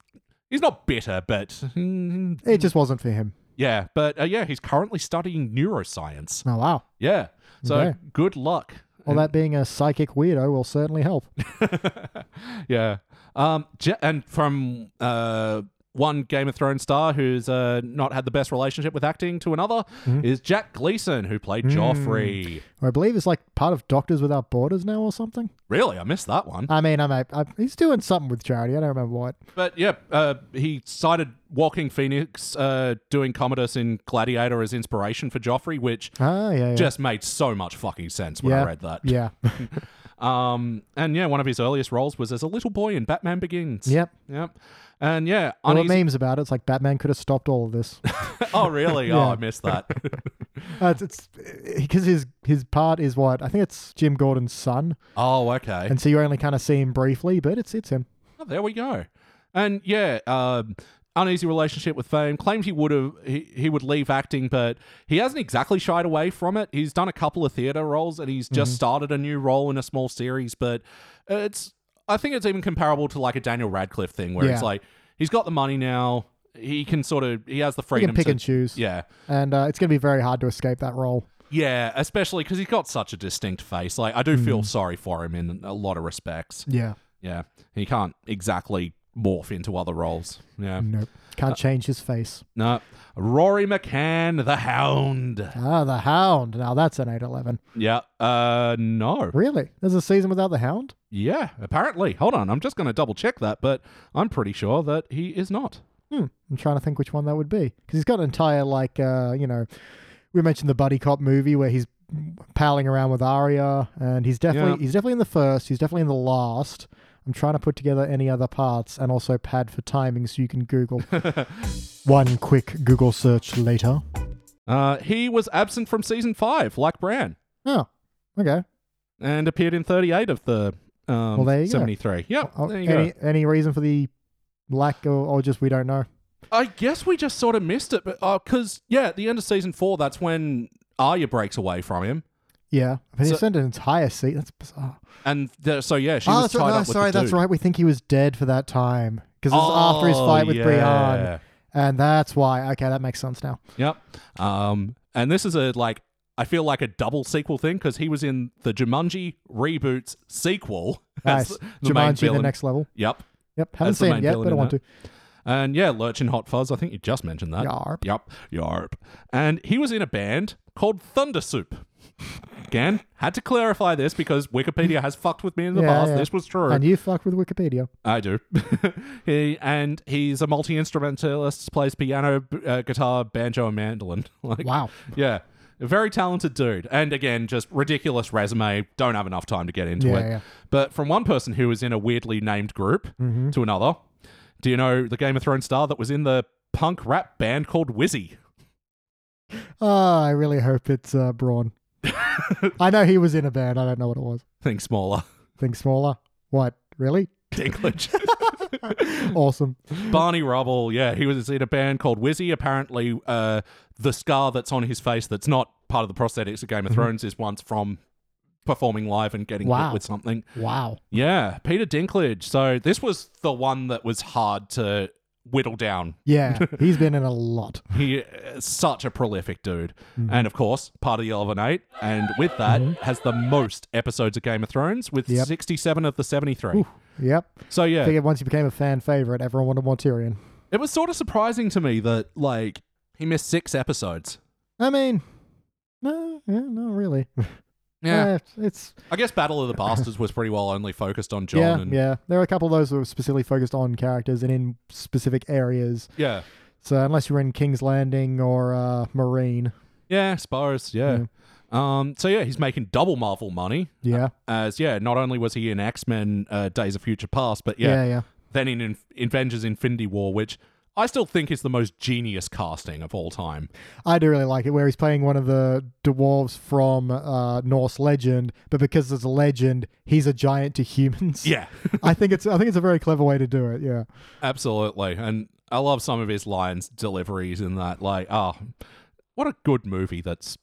S2: he's not bitter, but mm,
S1: It just wasn't for him.
S2: yeah, but uh, yeah, he's currently studying neuroscience.
S1: Oh, wow.
S2: Yeah, so
S1: Okay.
S2: good luck.
S1: Well, that being a psychic weirdo will certainly help.
S2: yeah. Um, Je- and from uh, one Game of Thrones star who's uh, not had the best relationship with acting to another
S1: Mm-hmm.
S2: is Jack Gleason, who
S1: Mm.
S2: played Joffrey.
S1: I believe it's like part of Doctors Without Borders now or something.
S2: Really, I missed that one.
S1: I mean, I'm, a, I, he's doing something with charity. I don't remember what.
S2: But yeah, uh, he cited Walking Phoenix uh, doing Commodus in Gladiator as inspiration for Joffrey, which
S1: Ah, yeah, yeah.
S2: just made so much fucking sense when
S1: Yeah.
S2: I read that.
S1: yeah.
S2: Um, and yeah, one of his earliest roles was as a little boy in Batman Begins.
S1: Yep.
S2: Yep. And yeah,
S1: There were
S2: uneasy-
S1: memes about it. It's like Batman could have stopped all of this.
S2: oh really? Oh,
S1: Yeah.
S2: I missed that.
S1: Uh, it's- it's because his his part is what I think it's Jim Gordon's son,
S2: Oh, okay.
S1: and so you only kind of see him briefly, but it's it's him.
S2: Oh, there we go. And yeah, um, uneasy relationship with fame. Claimed he would have he, he would leave acting, but he hasn't exactly shied away from it. He's done a couple of theater roles, and he's
S1: Mm-hmm.
S2: just started a new role in a small series. But it's I think it's even comparable to like a Daniel Radcliffe thing, where it's
S1: Yeah.
S2: like he's got the money now. He can sort of he has the
S1: You
S2: freedom
S1: can pick
S2: to
S1: and choose,
S2: yeah
S1: and uh, it's going to be very hard to escape that role.
S2: yeah especially because he's got such a distinct face. Like I do feel
S1: Mm-hmm.
S2: sorry for him in a lot of respects.
S1: Yeah,
S2: Yeah, he can't exactly morph into other roles. Yeah.
S1: nope, can't
S2: Uh,
S1: change his face.
S2: No. Rory McCann, the Hound.
S1: Ah, the Hound. Now that's an eight eleven.
S2: Yeah. Uh, no.
S1: Really, there's a season without the Hound.
S2: Yeah, apparently. Hold on. I'm just going to double check that, but I'm pretty sure that he is not.
S1: Hmm. I'm trying to think which one that would be because he's got an entire like uh, you know, we mentioned the buddy cop movie where he's palling around with Arya, and he's definitely
S2: Yeah.
S1: he's definitely in the first. He's definitely in the last. I'm trying to put together any other parts and also pad for timing so you can Google. one quick Google search later.
S2: Uh, he was absent from season five, like Bran,
S1: Oh, okay.
S2: and appeared in 38 of the um,
S1: Well, there you go.
S2: 73. Yeah,
S1: Oh,
S2: there you
S1: any
S2: go.
S1: any reason for the lack, or, or just we don't know?
S2: I guess we just sort of missed it, but because, yeah, at the end of season four, that's when Arya breaks away from him.
S1: Yeah, but
S2: So-
S1: he sent an entire seat. That's bizarre.
S2: And th- so, yeah, she
S1: oh,
S2: was
S1: that's
S2: tied
S1: right.
S2: up
S1: no,
S2: with
S1: sorry,
S2: the
S1: that's
S2: dude.
S1: right. We think he was dead for that time because this is after his
S2: Oh,
S1: fight with Brienne.
S2: yeah.
S1: And that's why. Okay, that makes sense now.
S2: Yep. Um, and this is a like I feel like a double sequel thing because he was in the Jumanji reboots sequel. as
S1: Nice. Jumanji, the next level.
S2: Yep.
S1: Yep. Haven't
S2: That's the
S1: seen
S2: main
S1: it yet,
S2: villain
S1: but I
S2: in
S1: want
S2: that.
S1: to.
S2: And yeah, Lurch and Hot Fuzz. I think you just mentioned that.
S1: Yarp.
S2: Yep. Yarp. And he was in a band called Thunder Soup. Again, had to clarify this because Wikipedia has fucked with me in the
S1: Yeah,
S2: past.
S1: yeah.
S2: This was true.
S1: And you fuck with Wikipedia.
S2: I do. he and he's a multi instrumentalist. Plays piano, b- uh, guitar, banjo, and mandolin. Like,
S1: Wow.
S2: Yeah. A very talented dude. And again, just ridiculous resume. Don't have enough time to get into
S1: Yeah,
S2: it.
S1: yeah.
S2: But from one person who was in a weirdly named group to another, do you know the Game of Thrones star that was in the punk rap band called Wizzy?
S1: Oh, I really hope it's uh, Braun. I know he was in a band. I don't know what it was.
S2: Think smaller.
S1: Think smaller. What? Really?
S2: Dinklage.
S1: Awesome.
S2: Barney Rubble. Yeah, he was in a band called Wizzy. Apparently, uh, the scar that's on his face that's not part of the prosthetics of Game of Thrones is once from performing live and getting hit
S1: Mm-hmm. Wow.
S2: with something.
S1: Wow.
S2: Yeah, Peter Dinklage. So this was the one that was hard to whittle down.
S1: Yeah, he's been in a lot.
S2: He is such a prolific dude.
S1: Mm-hmm.
S2: And of course, part of the 11 8. And with that, has the most episodes of Game of Thrones with
S1: Yep.
S2: 67 of the 73.
S1: Yep.
S2: So yeah,
S1: I think once he became a fan favorite, everyone wanted more Tyrion.
S2: it was sort of surprising to me that, like, he missed six episodes.
S1: I mean, no, yeah, not really.
S2: Yeah.
S1: Uh, it's
S2: I guess Battle of the Bastards was pretty well only focused on John.
S1: yeah,
S2: and,
S1: yeah. There are a couple of those that were specifically focused on characters and in specific areas.
S2: Yeah.
S1: So unless you were in King's Landing or uh, Marine,
S2: Yeah, I suppose. Yeah. Um, so yeah, he's making double Marvel money.
S1: yeah,
S2: as yeah, not only was he in X Men uh, Days of Future Past, but
S1: yeah,
S2: yeah,
S1: yeah,
S2: then in, in Avengers Infinity War, which I still think is the most genius casting of all time.
S1: I do really like it where he's playing one of the dwarves from uh, Norse legend, but because there's a legend, he's a giant to humans.
S2: Yeah,
S1: I think it's I think it's a very clever way to do it. Yeah,
S2: absolutely. And I love some of his lines, deliveries, and that. Like, ah, what a good movie that's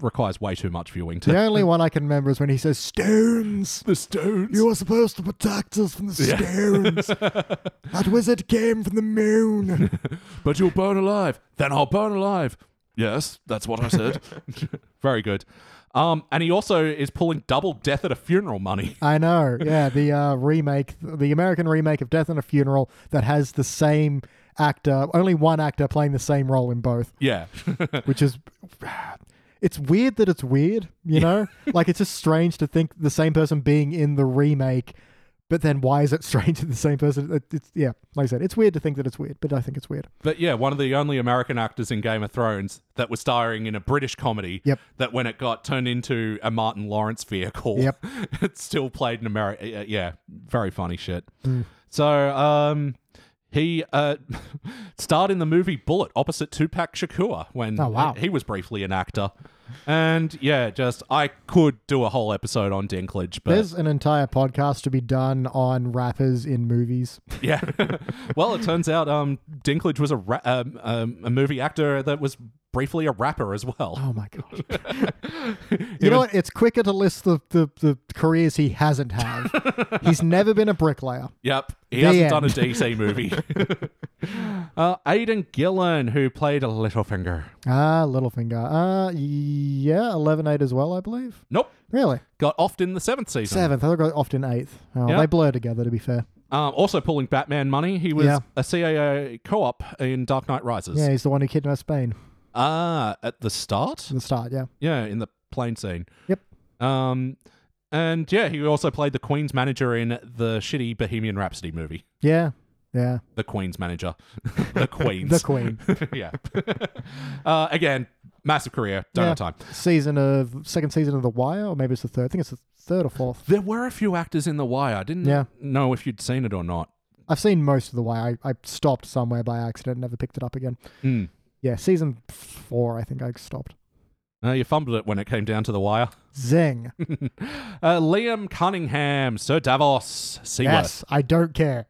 S2: requires way too much viewing to.
S1: the only one I can remember is when he says stones.
S2: The Stones.
S1: You are supposed to protect us from the
S2: Yeah.
S1: stones. that wizard came from the moon.
S2: but you'll burn alive. Then I'll burn alive. Yes, that's what I said. Very good. Um, and he also is pulling double death at a funeral money.
S1: I know. Yeah, the uh, remake, the American remake of Death and a Funeral that has the same actor, only one actor playing the same role in both.
S2: Yeah.
S1: which is it's weird that it's weird you know like it's just strange to think the same person being in the remake but then why is it strange that the same person it- it's yeah like i said it's weird to think that it's weird but i think it's weird
S2: but yeah, one of the only American actors in Game of Thrones that was starring in a British comedy
S1: Yep.
S2: that when it got turned into a Martin Lawrence vehicle,
S1: Yep.
S2: it still played in America. Yeah, very funny shit.
S1: Mm.
S2: So, um, he uh, starred in the movie Bullet opposite Tupac Shakur when
S1: Oh, wow.
S2: he, he was briefly an actor. And yeah, just I could do a whole episode on Dinklage, but
S1: there's an entire podcast to be done on rappers in movies
S2: yeah. well, it turns out um, Dinklage was a ra- um, um, a movie actor that was briefly a rapper as well.
S1: oh my god you know what it's quicker to list the, the, the careers he hasn't had he's never been a bricklayer
S2: Yep, he
S1: The
S2: hasn't
S1: end.
S2: done a DC movie. uh, Aidan Gillen, who played Littlefinger.
S1: ah littlefinger ah yeah 11-8 as well i believe
S2: Nope,
S1: really
S2: got offed in the seventh season.
S1: Seventh. I got often eighth. Oh,
S2: Yeah.
S1: They blur together, to be fair.
S2: Um, also pulling Batman money. He was
S1: Yeah.
S2: a CIA co-op in Dark Knight Rises.
S1: Yeah, he's the one who kidnapped Spain
S2: Ah, at the start.
S1: at the start. Yeah.
S2: Yeah, in the plane
S1: Mm.
S2: scene.
S1: Yep.
S2: Um, and yeah, he also played the Queen's manager in the shitty Bohemian Rhapsody movie.
S1: Yeah. Yeah.
S2: The Queen's manager. the Queen's.
S1: The Queen.
S2: yeah. uh, again, massive career. Don't
S1: Yeah.
S2: have time.
S1: Season of second season of The Wire, or maybe it's the third. I think it's the third or fourth.
S2: There were a few actors in The Wire. I didn't
S1: Yeah.
S2: know if you'd seen it or not.
S1: I've seen most of The Wire. I, I stopped somewhere by accident, and never picked it up again.
S2: Hmm.
S1: Yeah, season four, I think I stopped.
S2: Uh, you fumbled it when it came down to The Wire.
S1: Zing.
S2: Uh, Liam Cunningham, Sir Davos Seaworth.
S1: Yes, I don't care.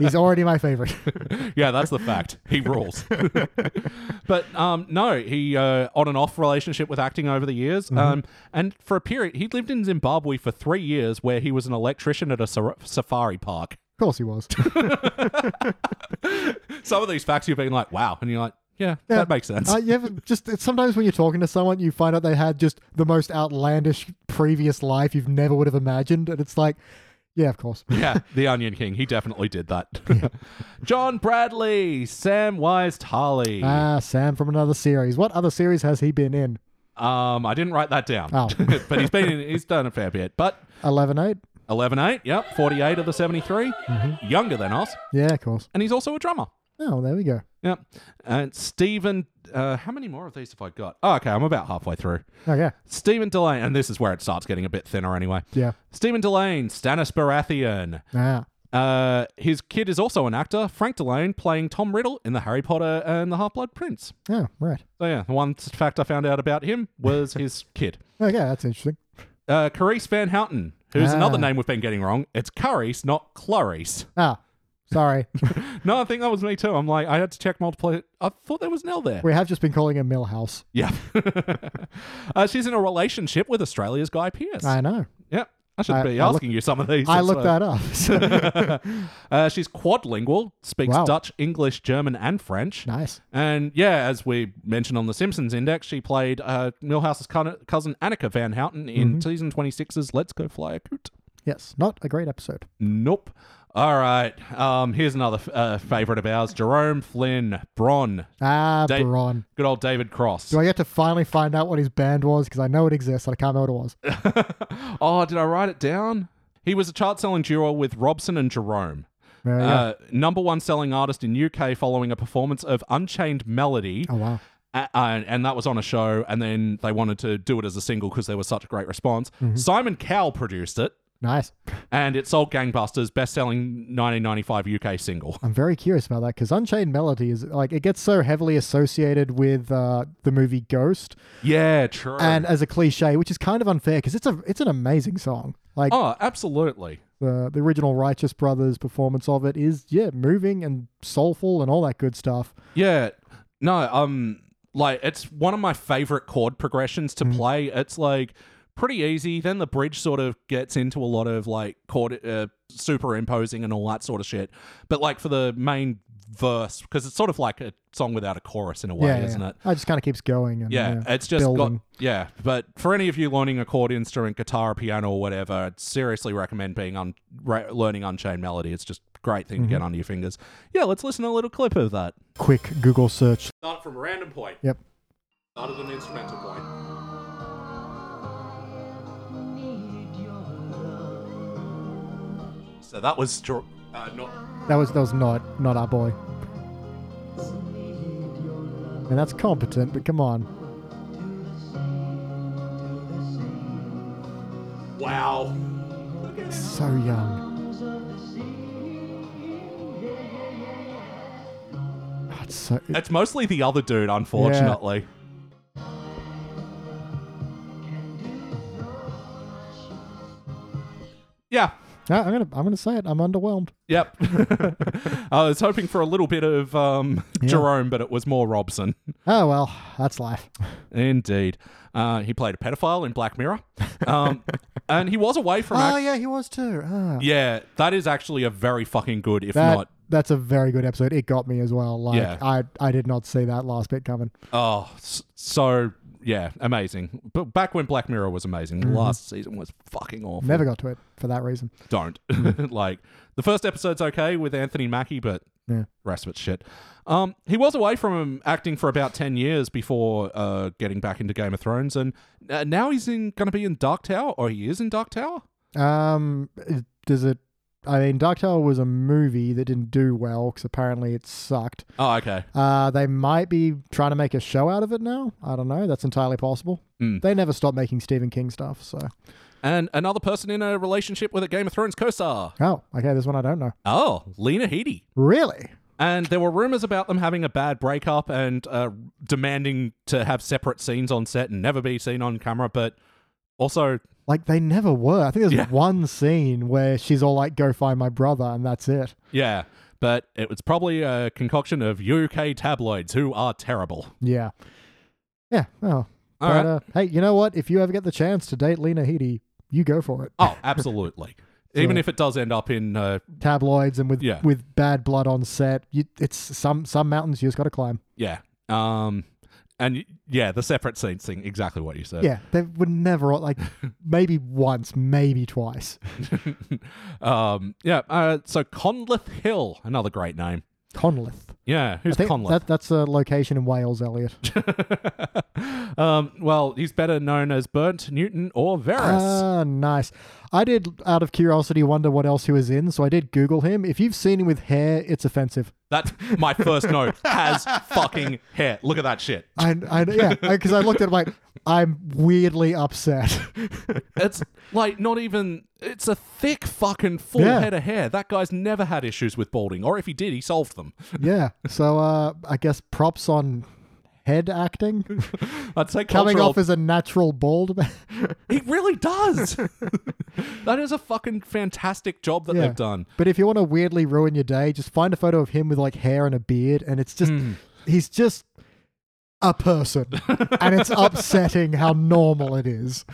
S1: he's already my favorite.
S2: yeah, that's the fact. He rules. but um, no, he uh, on and off relationship with acting over the years.
S1: Mm-hmm.
S2: Um, and for a period, he lived in Zimbabwe for three years, where he was an electrician at a sar- safari park.
S1: Of course, he was.
S2: Some of these facts you've been like, wow, and you're like, yeah, that makes sense.
S1: Uh, you ever just it's sometimes when you're talking to someone, you find out they had just the most outlandish previous life you've never would have imagined, and it's like, yeah, of course.
S2: yeah, the Onion King. He definitely did that. John Bradley, Sam Wise Tarley.
S1: Ah, Sam from another series. What other series has he been in?
S2: um, I didn't write that down,
S1: Uh. Oh.
S2: but he's been in, he's done a fair bit. But
S1: Eleven Eight.
S2: 11 8, yep, 48 of the 73,
S1: Mm-hmm.
S2: younger than us.
S1: Yeah, of course.
S2: and he's also a drummer.
S1: Oh, there we go.
S2: Yep. And Stephen, uh, how many more of these have I got? Oh, okay, I'm about halfway through.
S1: Oh yeah,
S2: Stephen Delane, and this is where it starts getting a bit thinner anyway.
S1: yeah.
S2: Stephen Delane, Stannis Baratheon.
S1: Ah,
S2: Uh, his kid is also an actor, Frank Delane, playing Tom Riddle in the Harry Potter and the Half Blood Prince.
S1: oh right.
S2: So yeah, the one fact I found out about him was his kid.
S1: Okay, Oh, that's interesting.
S2: Uh, Carice Van Houten, who's
S1: Ah.
S2: another name we've been getting wrong. It's Carice, not Clarice.
S1: Ah, sorry.
S2: No, I think that was me too. I'm like, I had to check multiple. I thought there was an L there.
S1: we have just been calling him Millhouse.
S2: Yeah. uh, she's in a relationship with Australia's Guy Pearce.
S1: I know.
S2: yeah. I should
S1: I-
S2: be
S1: I look-
S2: asking you some of these.
S1: I
S2: That's
S1: looked
S2: why-
S1: that up. So-
S2: Uh, she's quadlingual, speaks
S1: Wow.
S2: Dutch, English, German, and French.
S1: nice.
S2: And yeah, as we mentioned on the Simpsons Index, she played uh, Milhouse's cou- cousin Annika Van Houten in season 26's Let's Go Fly a Coot.
S1: Yes, not a great episode.
S2: Nope. All right. Um, here's another f- uh, favorite of ours Jerome Flynn, Bron,
S1: Ah,
S2: Da-
S1: Bron.
S2: good old David Cross.
S1: Do I get to finally find out what his band was? Because I know it exists, and I can't remember what it was.
S2: oh, did I write it down? He was a chart selling duo with Robson and Jerome.
S1: There we go.
S2: Uh, number one selling artist in UK following a performance of Unchained Melody.
S1: Oh wow.
S2: A- and, and that was on a show, and then they wanted to do it as a single because there was such a great response. Simon Cowell produced it.
S1: Nice.
S2: and it sold gangbusters, best-selling 1995 UK single.
S1: I'm very curious about that because Unchained Melody is like it gets so heavily associated with uh, the movie Ghost,
S2: Yeah, true.
S1: and as a cliche, which is kind of unfair because it's a it's an amazing song. Like
S2: oh, absolutely.
S1: the the original Righteous Brothers performance of it is yeah moving and soulful and all that good stuff.
S2: Yeah. No, um like it's one of my favorite chord progressions
S1: Mm.
S2: to play. It's like pretty easy. Then the bridge sort of gets into a lot of like chord uh, superimposing and all that sort of shit. But like for the main verse because it's sort of like a song without a chorus in a way,
S1: yeah, yeah,
S2: isn't
S1: yeah.
S2: it?
S1: It just kind of keeps going. And,
S2: Yeah, it's just
S1: building.
S2: got yeah. But for any of you learning a chord instrument, guitar, piano, or whatever, I'd seriously recommend being on re- learning Unchained Melody. It's just a great thing to
S1: Mm-hmm.
S2: get under your fingers. Yeah, let's listen to a little clip of that.
S1: quick Google search.
S2: Start from a random point.
S1: Yep.
S2: Start at an instrumental point. So that was str- uh, not.
S1: That was that was not not our boy. And that's competent, but come on.
S2: Wow.
S1: So young. Oh, it's so it-
S2: It's mostly the other dude, unfortunately. Yeah.
S1: No, I'm gonna I'm gonna say it. I'm underwhelmed.
S2: Yep. I was hoping for a little bit of um,
S1: Yeah.
S2: Jerome, but it was more Robson.
S1: Oh well, that's life.
S2: Indeed. Uh, he played a pedophile in Black Mirror. Um, and he was away from. ac-
S1: Oh, yeah, he was too. Ah.
S2: yeah, that is actually a very fucking good, if
S1: That,
S2: not.
S1: that's a very good episode. It got me as well. Like
S2: Yeah.
S1: I I did not see that last bit coming.
S2: Oh, s- so. Yeah, amazing. But back when Black Mirror was amazing, the last season was fucking awful.
S1: Mm-hmm. Never got to it for that reason.
S2: don't. like the first episode's okay with Anthony Mackie, but
S1: Yeah.
S2: rest of it's shit. Um, he was away from acting for about ten years before uh, getting back into Game of Thrones, and uh, now he's in going to be in Dark Tower, or he is in Dark Tower.
S1: Um, does it? I mean, Dark Tower was a movie that didn't do well because apparently it sucked.
S2: Oh, okay.
S1: Uh, they might be trying to make a show out of it now. I don't know. That's entirely possible.
S2: Mm.
S1: They never stop making Stephen King stuff. So,
S2: And another person in a relationship with a Game of Thrones co-star.
S1: oh, okay, this one I don't know.
S2: Oh, Lena Headey.
S1: Really?
S2: And there were rumors about them having a bad breakup and uh, demanding to have separate scenes on set and never be seen on camera, but also
S1: Like they never were. I think there's
S2: Yeah.
S1: one scene where she's all like, "Go find my brother," and that's it.
S2: Yeah, but it was probably a concoction of UK tabloids who are terrible.
S1: Yeah, yeah. Oh,
S2: All
S1: but,
S2: right.
S1: uh, hey, you know what? If you ever get the chance to date Lena Headey, you go for it.
S2: oh, absolutely. Even
S1: Yeah.
S2: if it does end up in, uh,
S1: Tabloids and with
S2: Yeah.
S1: with bad blood on set. You, it's some some mountains you just got to climb.
S2: yeah, um, and y- yeah, the separate scenes thing, exactly what you said.
S1: Yeah, they would never like maybe once, maybe twice.
S2: um, yeah. Uh, so Conleth Hill, another great name.
S1: Conlith.
S2: Yeah, who's
S1: I think
S2: Conleth?
S1: That, that's a location in Wales, Elliot.
S2: um, well, he's better known as Burnt Newton or Varus.
S1: Ah, nice. I did, out of curiosity, wonder what else he was in, so I did Google him. If you've seen him with hair, it's offensive.
S2: That's my first note. Has fucking hair. Look at that shit.
S1: I, I yeah, because I looked at him like I'm weirdly upset.
S2: It's like not even. It's a thick fucking full
S1: Yeah.
S2: head of hair. That guy's never had issues with balding, or if he did, he solved them.
S1: yeah, so uh, I guess props on head acting
S2: I'd say
S1: coming
S2: cultural-
S1: off as a natural bald man.
S2: he really does. that is a fucking fantastic job that
S1: Yeah.
S2: they've done.
S1: But if you want to weirdly ruin your day, just find a photo of him with like hair and a beard, and it's just he's just a person, and it's upsetting how normal it is.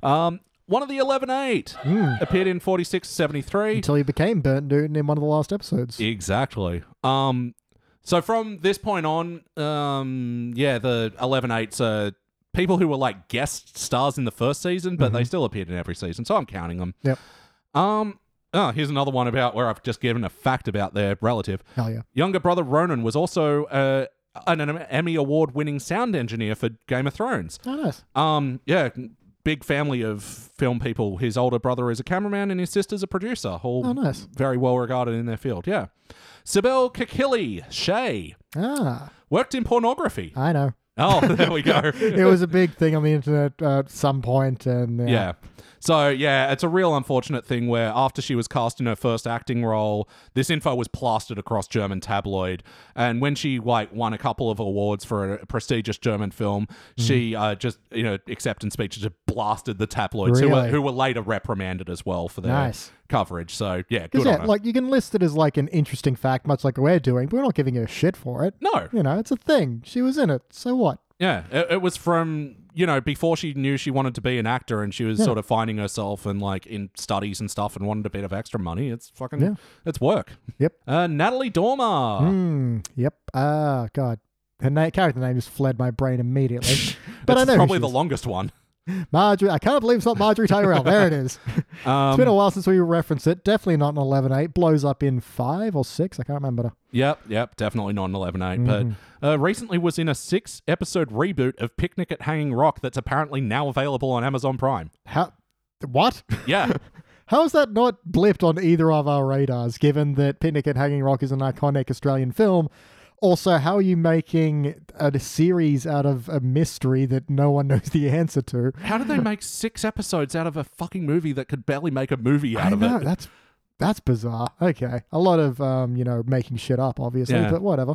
S2: Um, one of the eleven eight
S1: Hmm.
S2: appeared in forty six seventy three.
S1: Until he became Burnt Newton in one of the last episodes.
S2: Exactly. Um, so from this point on, um, yeah, the eleven eights are people who were like guest stars in the first season, but they still appeared in every season. So I'm counting them.
S1: Yep.
S2: Um. Oh, here's another one about where I've just given a fact about their relative.
S1: Hell yeah.
S2: Younger brother Ronan was also uh, an Emmy award winning sound engineer for Game of Thrones.
S1: Oh, nice.
S2: Um, yeah, big family of film people. His older brother is a cameraman and his sister's a producer. All
S1: Oh, nice.
S2: very well regarded in their field. Yeah. Sibel Kikili, Shay,
S1: Ah,
S2: worked in pornography.
S1: Uh, I know.
S2: Oh, there we go.
S1: It was a big thing on the internet uh, at some point, and uh, yeah.
S2: Yeah. So yeah, it's a real unfortunate thing where after she was cast in her first acting role, this info was plastered across German tabloid. And when she like won a couple of awards for a prestigious German film,
S1: Mm-hmm.
S2: she uh, just you know acceptance speeches just blasted the tabloids who were
S1: Really?
S2: who were later reprimanded as well for their
S1: Nice.
S2: coverage. So yeah,
S1: 'Cause,
S2: good on
S1: yeah,
S2: her.
S1: like you can list it as like an interesting fact, much like we're doing, but we're not giving her shit for it.
S2: no,
S1: You know, it's a thing. She was in it, so what?
S2: Yeah, it, it was from you know before she knew she wanted to be an actor and she was sort of finding herself and like in studies and stuff and wanted a bit of extra money. It's fucking
S1: Yeah.
S2: it's work.
S1: Yep.
S2: Uh, Natalie Dormer.
S1: Hmm. Yep. Ah, God. Her na- character name just fled my brain immediately. but
S2: That's
S1: I know who
S2: probably
S1: she
S2: the
S1: is.
S2: longest one.
S1: Marjorie. I can't believe it's not Marjorie Tyrell. there it is.
S2: Um,
S1: It's been a while since we referenced it. Definitely not an 11 8. Blows up in 5 or 6. I can't remember.
S2: Yep, yep, definitely not an 11 8.
S1: Mm-hmm.
S2: But uh, recently was in a six episode reboot of Picnic at Hanging Rock that's apparently now available on Amazon Prime.
S1: How? What?
S2: Yeah,
S1: How is that not blipped on either of our radars, given that Picnic at Hanging Rock is an iconic Australian film? Also, how are you making a series out of a mystery that no one knows the answer to?
S2: how did they make six episodes out of a fucking movie that could barely make a movie out
S1: I
S2: of
S1: know,
S2: it?
S1: that's that's bizarre. Okay. A lot of um, you know, making shit up, obviously,
S2: Yeah.
S1: but whatever.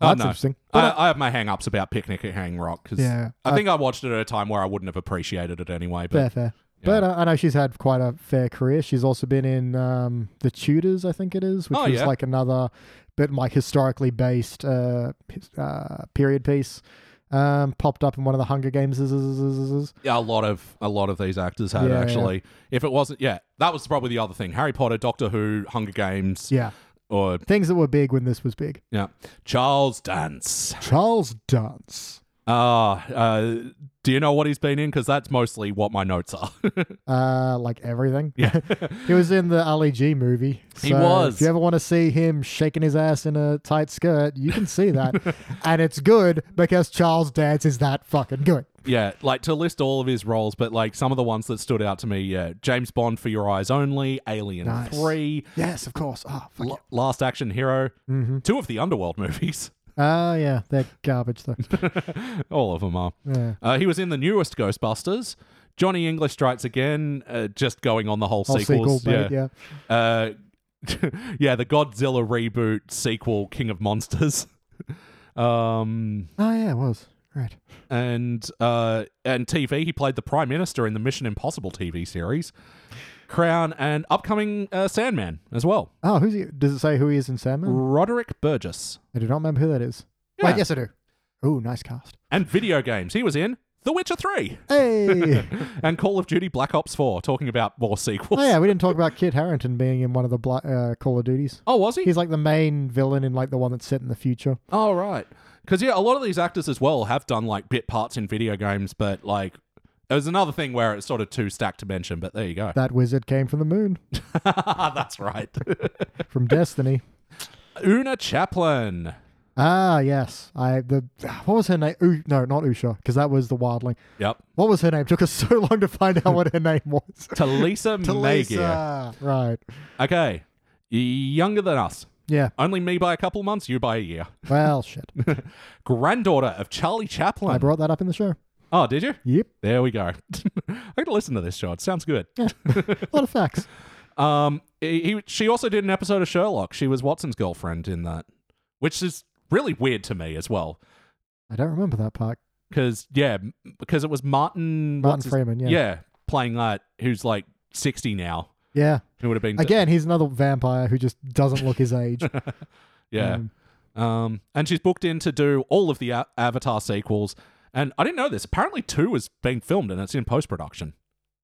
S2: Oh,
S1: that's
S2: no.
S1: interesting. But
S2: I, I have my hang-ups about Picnic at Hanging Rock because
S1: Yeah,
S2: I,
S1: I-
S2: think I watched it at a time where I wouldn't have appreciated it anyway. But
S1: Uh, Fair, fair. But uh, I know she's had quite a fair career. She's also been in um, the Tudors, I think it is, which
S2: Oh,
S1: was
S2: yeah.
S1: like another, but like historically based uh, his- uh, period piece. Um, popped up in one of the Hunger Games.
S2: yeah, a lot of a lot of these actors had
S1: Yeah,
S2: actually. If it wasn't, yeah, that was probably the other thing: Harry Potter, Doctor Who, Hunger Games,
S1: Yeah,
S2: or
S1: things that were big when this was big.
S2: yeah, Charles Dance.
S1: Charles Dance.
S2: Ah, uh, do you know what he's been in? Because that's mostly what my notes are.
S1: Uh, like everything.
S2: yeah,
S1: He was in the Ali G movie.
S2: He
S1: So
S2: was.
S1: If you ever want to see him shaking his ass in a tight skirt, you can see that, and it's good because Charles Dance is that fucking good.
S2: yeah, like to list all of his roles, but like some of the ones that stood out to me: yeah, James Bond for Your Eyes Only, Alien
S1: Nice.
S2: Three,
S1: Yes, of course. Oh, fuck Mm-hmm.
S2: L- Last Action Hero, two of the Underworld movies.
S1: Oh, yeah. They're garbage, though.
S2: All of them are.
S1: Yeah.
S2: Uh, he was in the newest Ghostbusters. Johnny English Strikes Again, uh, just going on the whole,
S1: Whole sequel,
S2: sequels.
S1: bait, yeah.
S2: yeah. Uh, yeah, the Godzilla reboot sequel, King of Monsters. um,
S1: Oh, yeah, it was. Right.
S2: and uh, and TV, he played the Prime Minister in the Mission Impossible TV series. Crown and upcoming uh, Sandman as well.
S1: Oh, who's he? Does it say who he is in Sandman?
S2: Roderick Burgess.
S1: I do not remember who that is.
S2: Yeah.
S1: Wait, yes, I do. Ooh, nice cast.
S2: And video games. He was in The Witcher 3
S1: Hey!
S2: and Call of Duty Black Ops 4, talking about more sequels.
S1: oh, yeah, we didn't talk about Kit Harrington being in one of the bla- uh, Call of Duties.
S2: Oh, was he?
S1: He's like the main villain in like the one that's set in the future.
S2: Oh right, because yeah, a lot of these actors as well have done like bit parts in video games, but like it was another thing where it's sort of too stacked to mention. But there you go.
S1: That wizard came from the moon,
S2: That's right.
S1: from Destiny.
S2: Una Chaplin.
S1: Ah, yes. I the what was her name? Ooh, no, not Usha, because that was the wildling.
S2: Yep.
S1: What was her name? Took us so long to find out what her name was.
S2: Talisa Megia.
S1: Talisa. Right.
S2: Okay. Younger than us.
S1: Yeah.
S2: Only me by a couple months, you by a year.
S1: Well, shit.
S2: Granddaughter of Charlie
S1: I
S2: Chaplin.
S1: brought that up in the show.
S2: Oh, did you?
S1: Yep.
S2: There we go. I'm going to listen to this show. It sounds good.
S1: A lot of facts.
S2: Um, he, he- she also did an episode of Sherlock. She was Watson's girlfriend in that, which is really weird to me as well.
S1: I don't remember that part.
S2: Because yeah, m- because it was Martin
S1: Martin
S2: what's his-
S1: Freeman, yeah.
S2: yeah. playing that who's like sixty now.
S1: Yeah.
S2: Who would have been
S1: Again, he's another vampire who just doesn't look his age.
S2: yeah. Um, and she's booked in to do all of the a- Avatar sequels. And I didn't know this. Apparently, two is being filmed and it's in post production.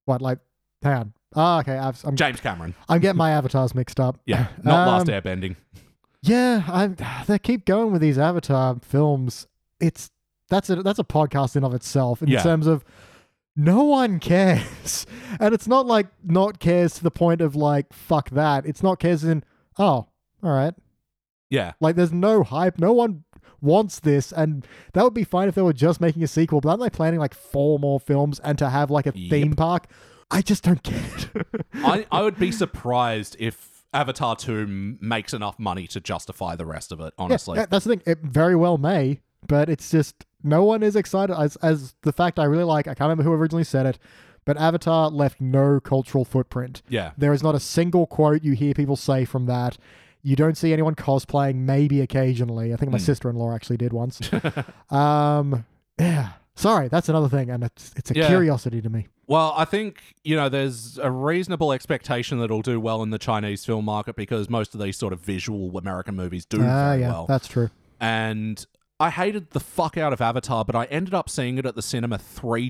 S1: What, like, hang on. Ah, okay. I've, I'm,
S2: James Cameron.
S1: I'm getting my avatars mixed up.
S2: Yeah, not Last
S1: Um,
S2: Airbending.
S1: Yeah. I'm, they keep going with these avatar films. It's that's a that's a podcast in of itself in
S2: Yeah.
S1: terms of no one cares, and it's not like not cares to the point of like fuck that. It's not cares in oh all right
S2: Yeah,
S1: Like, there's no hype. No one wants this, and that would be fine if they were just making a sequel. But aren't they planning like four more films and to have like a
S2: Yep.
S1: theme park? I just don't get it.
S2: I, I would be surprised if Avatar 2 m- makes enough money to justify the rest of it,
S1: Yeah,
S2: honestly.
S1: that- that's the thing. It very well may, but it's just no one is excited as, as the fact I really like. I can't remember who originally said it, but Avatar left no cultural footprint.
S2: Yeah.
S1: There is not a single quote you hear people say from that. You don't see anyone cosplaying, maybe occasionally. I think my
S2: Hmm.
S1: sister in law actually did once. um, yeah. Sorry, that's another thing, and it's, it's a
S2: Yeah.
S1: curiosity to me.
S2: Well, I think, you know, there's a reasonable expectation that it'll do well in the Chinese film market because most of these sort of visual American movies do
S1: Ah,
S2: very
S1: yeah,
S2: well.
S1: that's true.
S2: and I hated the fuck out of Avatar, but I ended up seeing it at the cinema three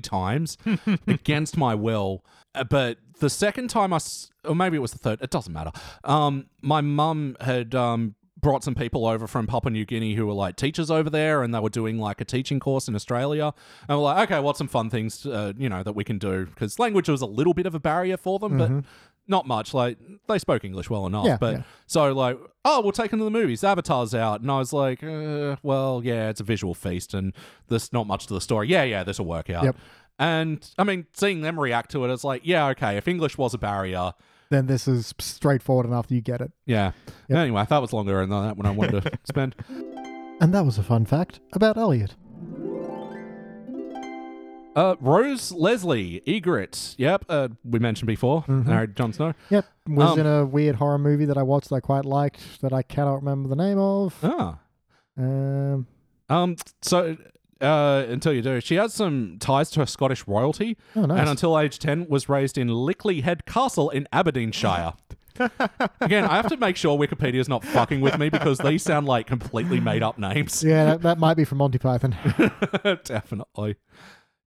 S2: times against my will. Uh, But the second time I, s- or maybe it was the third, it doesn't matter. Um, my mum had um, brought some people over from Papua New Guinea who were like teachers over there, and they were doing like a teaching course in Australia. And we're like, okay, what's some fun things, uh, you know, that we can do? Because language was a little bit of a barrier for them, but not much. Like they spoke English well enough,
S1: Mm-hmm. Yeah,
S2: but
S1: yeah.
S2: so like, oh, we'll take them to the movies. Avatar's out, and I was like, uh, well, yeah, it's a visual feast, and there's not much to the story. Yeah, yeah, this will work out.
S1: Yep.
S2: And I mean, seeing them react to it, it's like, yeah, okay. If English was a barrier,
S1: Then this is straightforward enough. You get it.
S2: yeah. Anyway, that was longer than that when I wanted to spend.
S1: And that was a fun fact about Elliot.
S2: Uh, Rose Leslie Egret. Yep, uh, we mentioned before. Married Jon Snow.
S1: Yep, was
S2: Um,
S1: in a weird horror movie that I watched that I quite liked that I cannot remember the name of.
S2: Ah.
S1: Um,
S2: Um. So. Uh, until you do, she has some ties to her Scottish royalty,
S1: Oh, nice.
S2: and until age ten was raised in Lickley Head Castle in Aberdeenshire. Again, I have to make sure Wikipedia's not fucking with me because these sound like completely made up names.
S1: yeah, that, that might be from Monty Python.
S2: Definitely.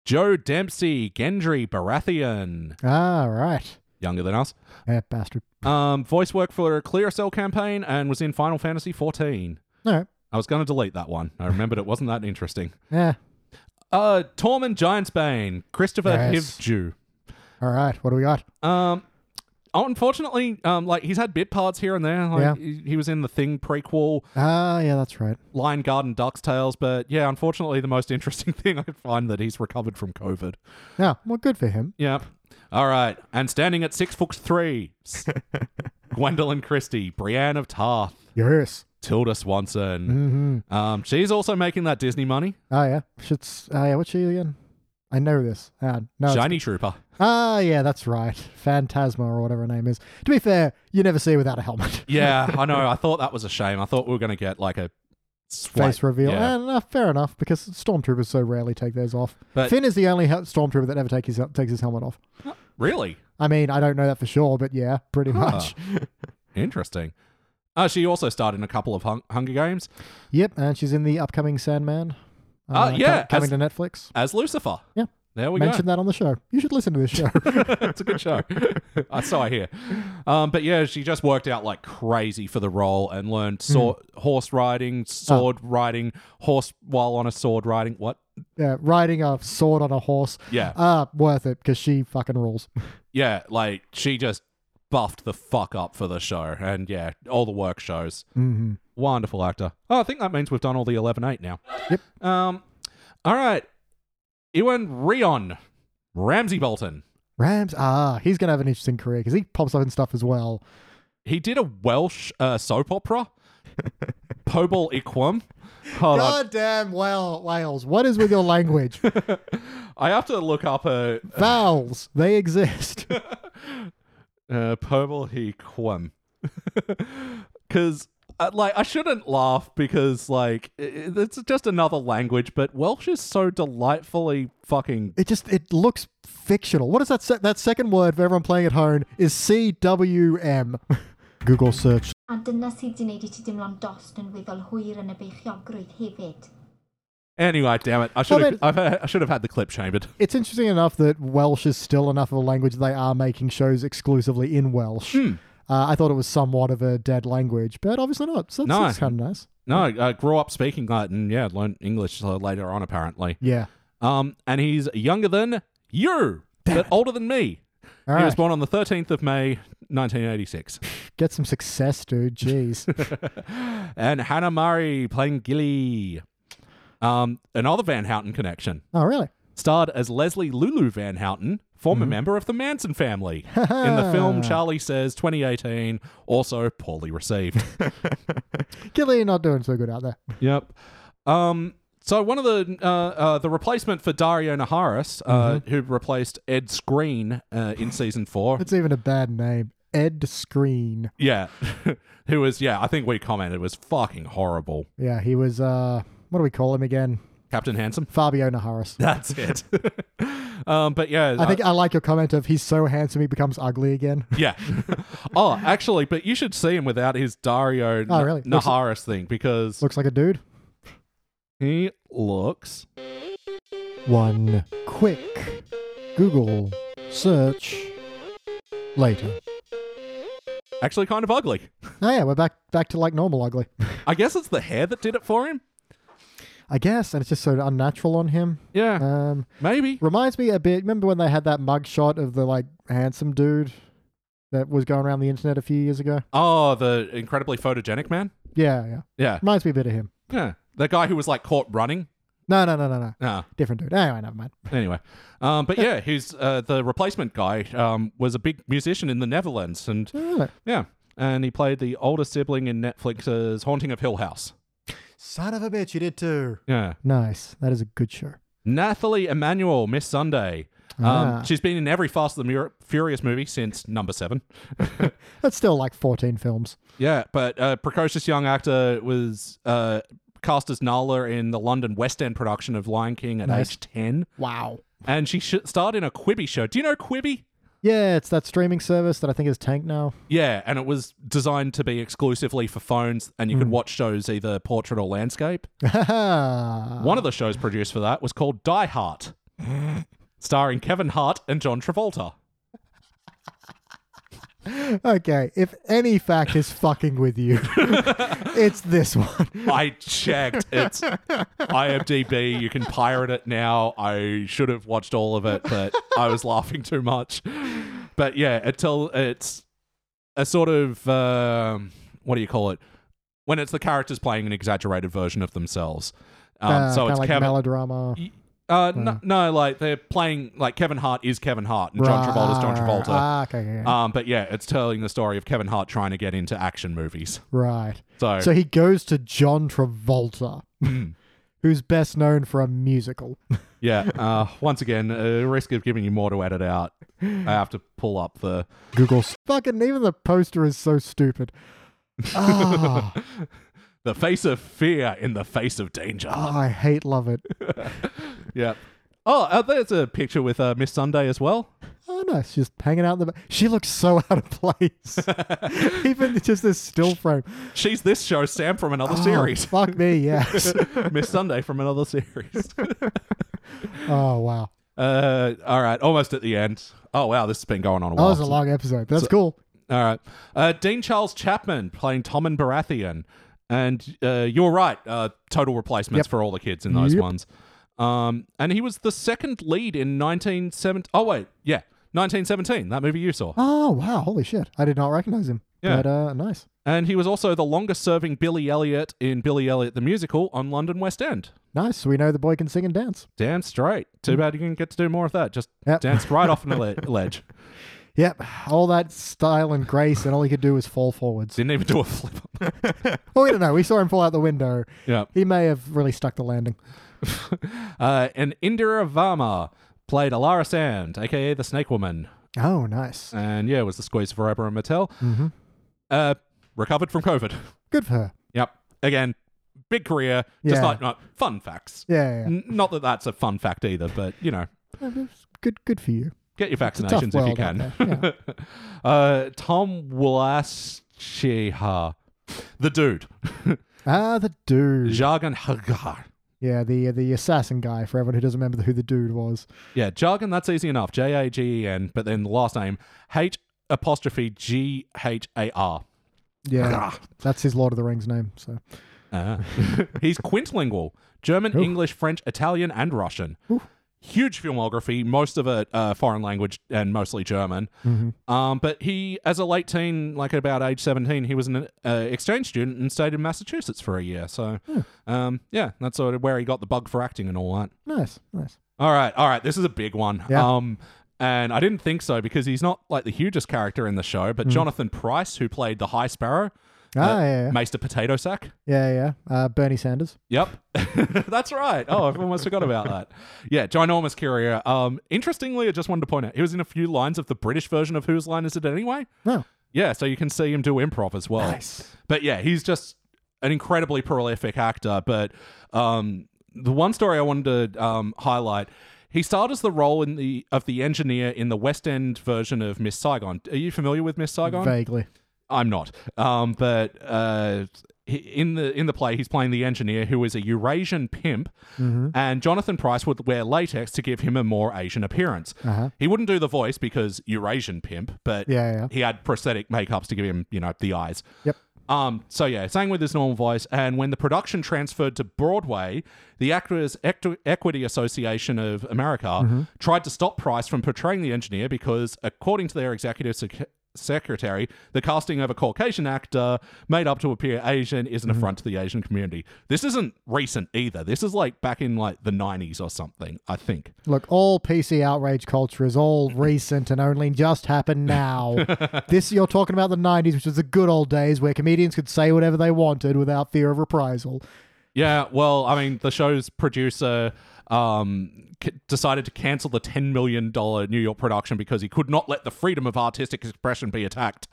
S2: Joe Dempsey, Gendry Baratheon,
S1: ah, right.
S2: younger than us.
S1: Yeah, bastard.
S2: Um, voice work for a Clear Cell campaign and was in Final Fantasy 14.
S1: All right.
S2: I was going to delete that one. I remembered it wasn't that interesting.
S1: Yeah.
S2: Uh, Tormund Giantsbane, Christopher
S1: Yes.
S2: Hivju.
S1: All right. What do we got?
S2: Um, oh, unfortunately, um, like he's had bit parts here and there. Like,
S1: Yeah.
S2: he, he was in the Thing prequel,
S1: Ah, yeah, that's right.
S2: Lion Garden, Duck's Tales, but yeah, unfortunately, the most interesting thing I find that he's recovered from COVID.
S1: Yeah. Well, good for him.
S2: Yep. All right. And standing at six foot three, s- Gwendolyn Christie, Brienne of Tarth,
S1: Yes.
S2: Tilda Swanson. Um, she's also making that Disney money.
S1: Mm-hmm. Oh yeah. Shit's. Ah, yeah. What's she again? I know this. Ah, no. it's-
S2: Shiny Trooper.
S1: Ah, yeah, that's right. Phantasma or whatever her name is. To be fair, you never see her without a helmet.
S2: Yeah, I know. I thought that was a shame. I thought we were going to get like a swipe.
S1: Face reveal.
S2: Yeah.
S1: Ah, no, fair enough, because stormtroopers so rarely take theirs off.
S2: But-
S1: Finn is the only hel- stormtrooper that never take his, takes his helmet off.
S2: Really
S1: I mean, I don't know that for sure, but yeah, pretty much.
S2: interesting. Uh, she also starred in a couple of hung- Hunger Games
S1: Yep, and she's in the upcoming Sandman.
S2: Ah,
S1: co-
S2: yeah,
S1: coming
S2: as-
S1: to Netflix.
S2: as Lucifer.
S1: Yeah.
S2: There we go.
S1: Mention that on the show. You should listen to this show.
S2: it's a good show. I saw here. Um, but yeah, she just worked out like crazy for the role and learned so- horse riding, sword riding, horse while on a sword riding. What?
S1: yeah, riding a sword on a horse.
S2: Yeah.
S1: Ah, worth it because she fucking rules.
S2: yeah, like she just buffed the fuck up for the show. And yeah, all the work shows.
S1: Mhm.
S2: Wonderful actor. Oh, I think that means we've done all the 11 8 now.
S1: Yep.
S2: Um, all right. Ewan Rion, Ramsey Bolton.
S1: Rams. Ah, he's gonna have an interesting career because he pops up in stuff as well.
S2: He did a Welsh uh, soap opera, Pobol Iquam. Hold on.
S1: Goddamn well, Wales. What is with your language?
S2: I have to look up a
S1: Vowels. They exist.
S2: uh, Pobol he quim. Because, uh, like, I shouldn't laugh because, like, i- i- it's just another language, but Welsh is so delightfully fucking.
S1: It just it looks fictional. What is that? Se- that second word for everyone playing at home is C W M. Google search
S3: A dyna sydd wedi wneud i ti deimlo'n dost yn weddol hwyr yn y beichiogrwydd hefyd.
S2: Anyway, damn it. I should have
S1: Robin.
S2: I've had- I should have had the clip chambered.
S1: it's interesting enough that Welsh is still enough of a language they are making shows exclusively in Welsh. Uh, I thought it was somewhat of a dead language, but obviously not. So that's,
S2: No.
S1: that's kind of nice.
S2: No, I grew up speaking that and, yeah, learned English uh, later on, apparently.
S1: Yeah.
S2: Um, And he's younger than you, but older than me.
S1: All
S2: he
S1: right.
S2: was born on the 13th of May, 1986.
S1: Get some success, dude. Jeez.
S2: and Hannah Murray playing Gilly. Um, another Van Houten connection.
S1: oh, really?
S2: Starred as Leslie Lulu Van Houten,
S1: Mm-hmm.
S2: former member of the Manson family, in the film Charlie Says 2018, also poorly received.
S1: Gilly not doing so good out there.
S2: yep. Um, So one of the uh, uh, the replacement for Dario Naharis, uh,
S1: Mm-hmm.
S2: who replaced Ed Screen uh, in season four,
S1: That's even a bad name. Ed Screen.
S2: yeah, who was yeah, I think we commented was fucking horrible.
S1: Yeah, he was. uh What do we call him again?
S2: Captain Handsome.
S1: Fabio Naharis.
S2: That's it. um, but yeah,
S1: I think I like your comment of he's so handsome he becomes ugly again.
S2: yeah. oh, actually, but you should see him without his Dario
S1: Oh, really? Looks-
S2: Naharis thing because
S1: Looks like a dude.
S2: he looks.
S1: One quick Google search later.
S2: Actually, kind of ugly.
S1: Oh yeah, we're back back to like normal ugly.
S2: I guess it's the hair that did it for him.
S1: I guess, and it's just so unnatural on him.
S2: Yeah,
S1: Um,
S2: maybe.
S1: reminds me a bit. Remember when they had that mugshot of the like handsome dude that was going around the internet a few years ago?
S2: Oh, the incredibly photogenic man.
S1: Yeah, yeah.
S2: Yeah,
S1: Reminds me a bit of him.
S2: yeah. The guy who was like caught running.
S1: No, no, no, no, no.
S2: Ah,
S1: Different dude. Anyway, never mind.
S2: anyway, um, but yeah, he's uh, the replacement guy. Um, was a big musician in the Netherlands, and
S1: Really?
S2: yeah, and he played the older sibling in Netflix's *Haunting of Hill House*.
S1: Son of a bitch, you did too.
S2: Yeah,
S1: Nice. That is a good show.
S2: Nathalie Emmanuel, Miss Sunday. Um,
S1: Ah.
S2: She's been in every Fast and the Mur- Furious movie since number seven.
S1: That's still like 14 films.
S2: Yeah, but uh, precocious young actor was uh, cast as Nala in the London West End production of Lion King at
S1: Nice.
S2: age ten,
S1: Wow.
S2: and she sh- starred in a Quibi show. Do you know Quibi?
S1: Yeah, it's that streaming service that I think is tanked now.
S2: Yeah, and it was designed to be exclusively for phones, and you
S1: Hmm.
S2: could watch shows either portrait or landscape. One of the shows produced for that was called Die Hart, starring Kevin Hart and John Travolta.
S1: okay, if any fact is fucking with you, it's this one.
S2: I checked. It's IMDb. You can pirate it now. I should have watched all of it, but I was laughing too much. But yeah, until it's a sort of um, what do you call it when it's the characters playing an exaggerated version of themselves. Um,
S1: Uh,
S2: so
S1: kinda
S2: it's
S1: like Hmm.
S2: Kevin.
S1: melodrama.
S2: uh, no, no, like they're playing like Kevin Hart is Kevin Hart and John Travolta's John
S1: Right.
S2: Travolta.
S1: Ah, okay, okay, okay.
S2: um, but yeah, it's telling the story of Kevin Hart trying to get into action movies.
S1: right.
S2: So,
S1: So he goes to John Travolta,
S2: Hmm.
S1: who's best known for a musical.
S2: yeah, uh, once again, uh, risk of giving you more to edit out. I have to pull up the.
S1: Google. s- Fucking, even the poster is so stupid. Ah,
S2: The face of fear in the face of danger.
S1: ah, I hate love it.
S2: Yeah. Oh, uh, there's a picture with uh, Miss Sunday as well.
S1: Oh, nice. Just hanging out in the back. She looks so out of place. Even just this still frame.
S2: She's this show, Sam from another
S1: Oh,
S2: series.
S1: fuck me, yes.
S2: Miss Sunday from another series.
S1: oh, wow.
S2: Uh, all right, almost at the end. Oh wow, this has been going on a
S1: That
S2: while.
S1: was a long episode, but that's cool.
S2: All right, uh, Dean Charles Chapman playing Tom and Baratheon, and uh, you're right. Uh, total replacements
S1: Yep.
S2: for all the kids in those
S1: Yep.
S2: ones. Um, and he was the second lead in 1917. Oh wait, yeah, 1917. That movie you saw.
S1: Oh, wow. Holy shit. I did not recognize him.
S2: Yeah.
S1: But uh, nice.
S2: And he was also the longest-serving Billy Elliot in Billy Elliot the Musical on London West End.
S1: Nice. So we know the boy can sing and dance.
S2: Damn straight. Too bad you didn't get to do more of that. Just
S1: Mm. Yep.
S2: danced right off an ele- ledge.
S1: Yep. All that style and grace, and all he could do was fall forwards.
S2: Didn't even do a flip.
S1: Well, we don't know. We saw him fall out the window.
S2: yeah.
S1: He may have really stuck the landing.
S2: Uh, and Indira Varma played Alara Sand, aka the Snake Woman,
S1: Oh, nice.
S2: and yeah, was the squeeze for Oprah and Mattel.
S1: Mm-hmm.
S2: Uh, recovered from COVID.
S1: Good for her.
S2: yep. Again, big career. Just
S1: Yeah.
S2: like uh, fun facts.
S1: Yeah, yeah, yeah.
S2: N- not that that's a fun fact either, but you know,
S1: Good, good for you.
S2: get
S1: a
S2: your
S1: tough
S2: vaccinations if you
S1: world out
S2: can.
S1: there,
S2: uh, Tom Wlaschiha, the dude,
S1: Ah, the dude.
S2: Jargon Hagar.
S1: Yeah, the uh, the assassin guy. For everyone who doesn't remember who the dude was.
S2: Yeah, jargon, that's easy enough. J A G E N, but then the last name, H apostrophe G H A R.
S1: Yeah, that's his Lord of the Rings name. So
S2: Uh, he's quintilingual German, English, French, Italian, and Russian. Huge filmography, most of it uh, foreign language and mostly German.
S1: Mm-hmm.
S2: Um, but he, as a late teen, like about age 17, he was an uh, exchange student and stayed in Massachusetts for a year. So,
S1: Hmm.
S2: um, yeah, that's sort of where he got the bug for acting and all that.
S1: nice, nice.
S2: All right, all right. This is a big one.
S1: Yeah.
S2: Um, and I didn't think so because he's not like the hugest character in the show, but Jonathan Price, who played the High Sparrow,
S1: Hmm. Ah,
S2: Uh,
S1: yeah, yeah.
S2: Maester Potato Sack.
S1: yeah, yeah. Uh, Bernie Sanders.
S2: Yep, that's right. Oh, I almost forgot about that. Yeah, ginormous Kyria. Um, interestingly, I just wanted to point out he was in a few lines of the British version of Whose Line Is It Anyway?
S1: No.
S2: Yeah, so you can see him do improv as well.
S1: Nice.
S2: But yeah, he's just an incredibly prolific actor. But um, the one story I wanted to um, highlight. He starred as the role in the of the engineer in the West End version of Miss Saigon. Are you familiar with Miss Saigon?
S1: Vaguely.
S2: I'm not. Um, but uh, he- in the in the play, he's playing the engineer who is a Eurasian pimp,
S1: Mm-hmm.
S2: and Jonathan Price would wear latex to give him a more Asian appearance.
S1: Uh-huh.
S2: He wouldn't do the voice because Eurasian pimp, but
S1: Yeah, yeah.
S2: he had prosthetic makeups to give him, you know, the eyes.
S1: Yep.
S2: Um, so yeah, sang with his normal voice, and when the production transferred to Broadway, the Actors Ectu- Equity Association of America tried to stop Price from portraying the engineer because, according to their executive sec- secretary, the casting of a Caucasian actor made up to appear Asian is an affront to the Asian community. This isn't recent either. This is like back in like the '90s or something, I think.
S1: Look, all PC outrage culture is all recent and only just happened now. this you're talking about the '90s, which was the good old days where comedians could say whatever they wanted without fear of reprisal.
S2: Yeah, well, I mean, the show's producer um, c- decided to cancel the $10 million New York production because he could not let the freedom of artistic expression be attacked.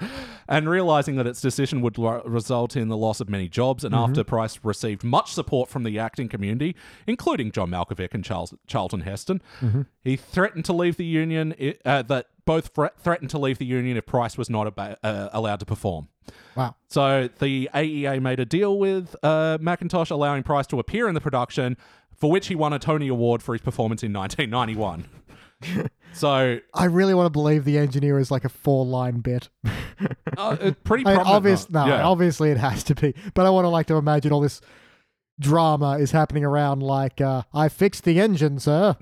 S2: And realizing that its decision would lo- result in the loss of many jobs, and after Price received much support from the acting community, including John Malkovich and Charles- Charlton Heston, he threatened to leave the union, i- uh, that both thre- threatened to leave the union if Price was not aba- uh, allowed to perform.
S1: Wow.
S2: So the AEA made a deal with uh, Macintosh, allowing Price to appear in the production, for which he won a Tony Award for his performance in 1991. so
S1: I really want to believe the engineer is like a four-line bit.
S2: uh, it- pretty
S1: I mean,
S2: prominent.
S1: obvious, no,
S2: though. Yeah.
S1: obviously it has to be. But I want to like to imagine all this drama is happening around like uh, I fixed the engine, sir,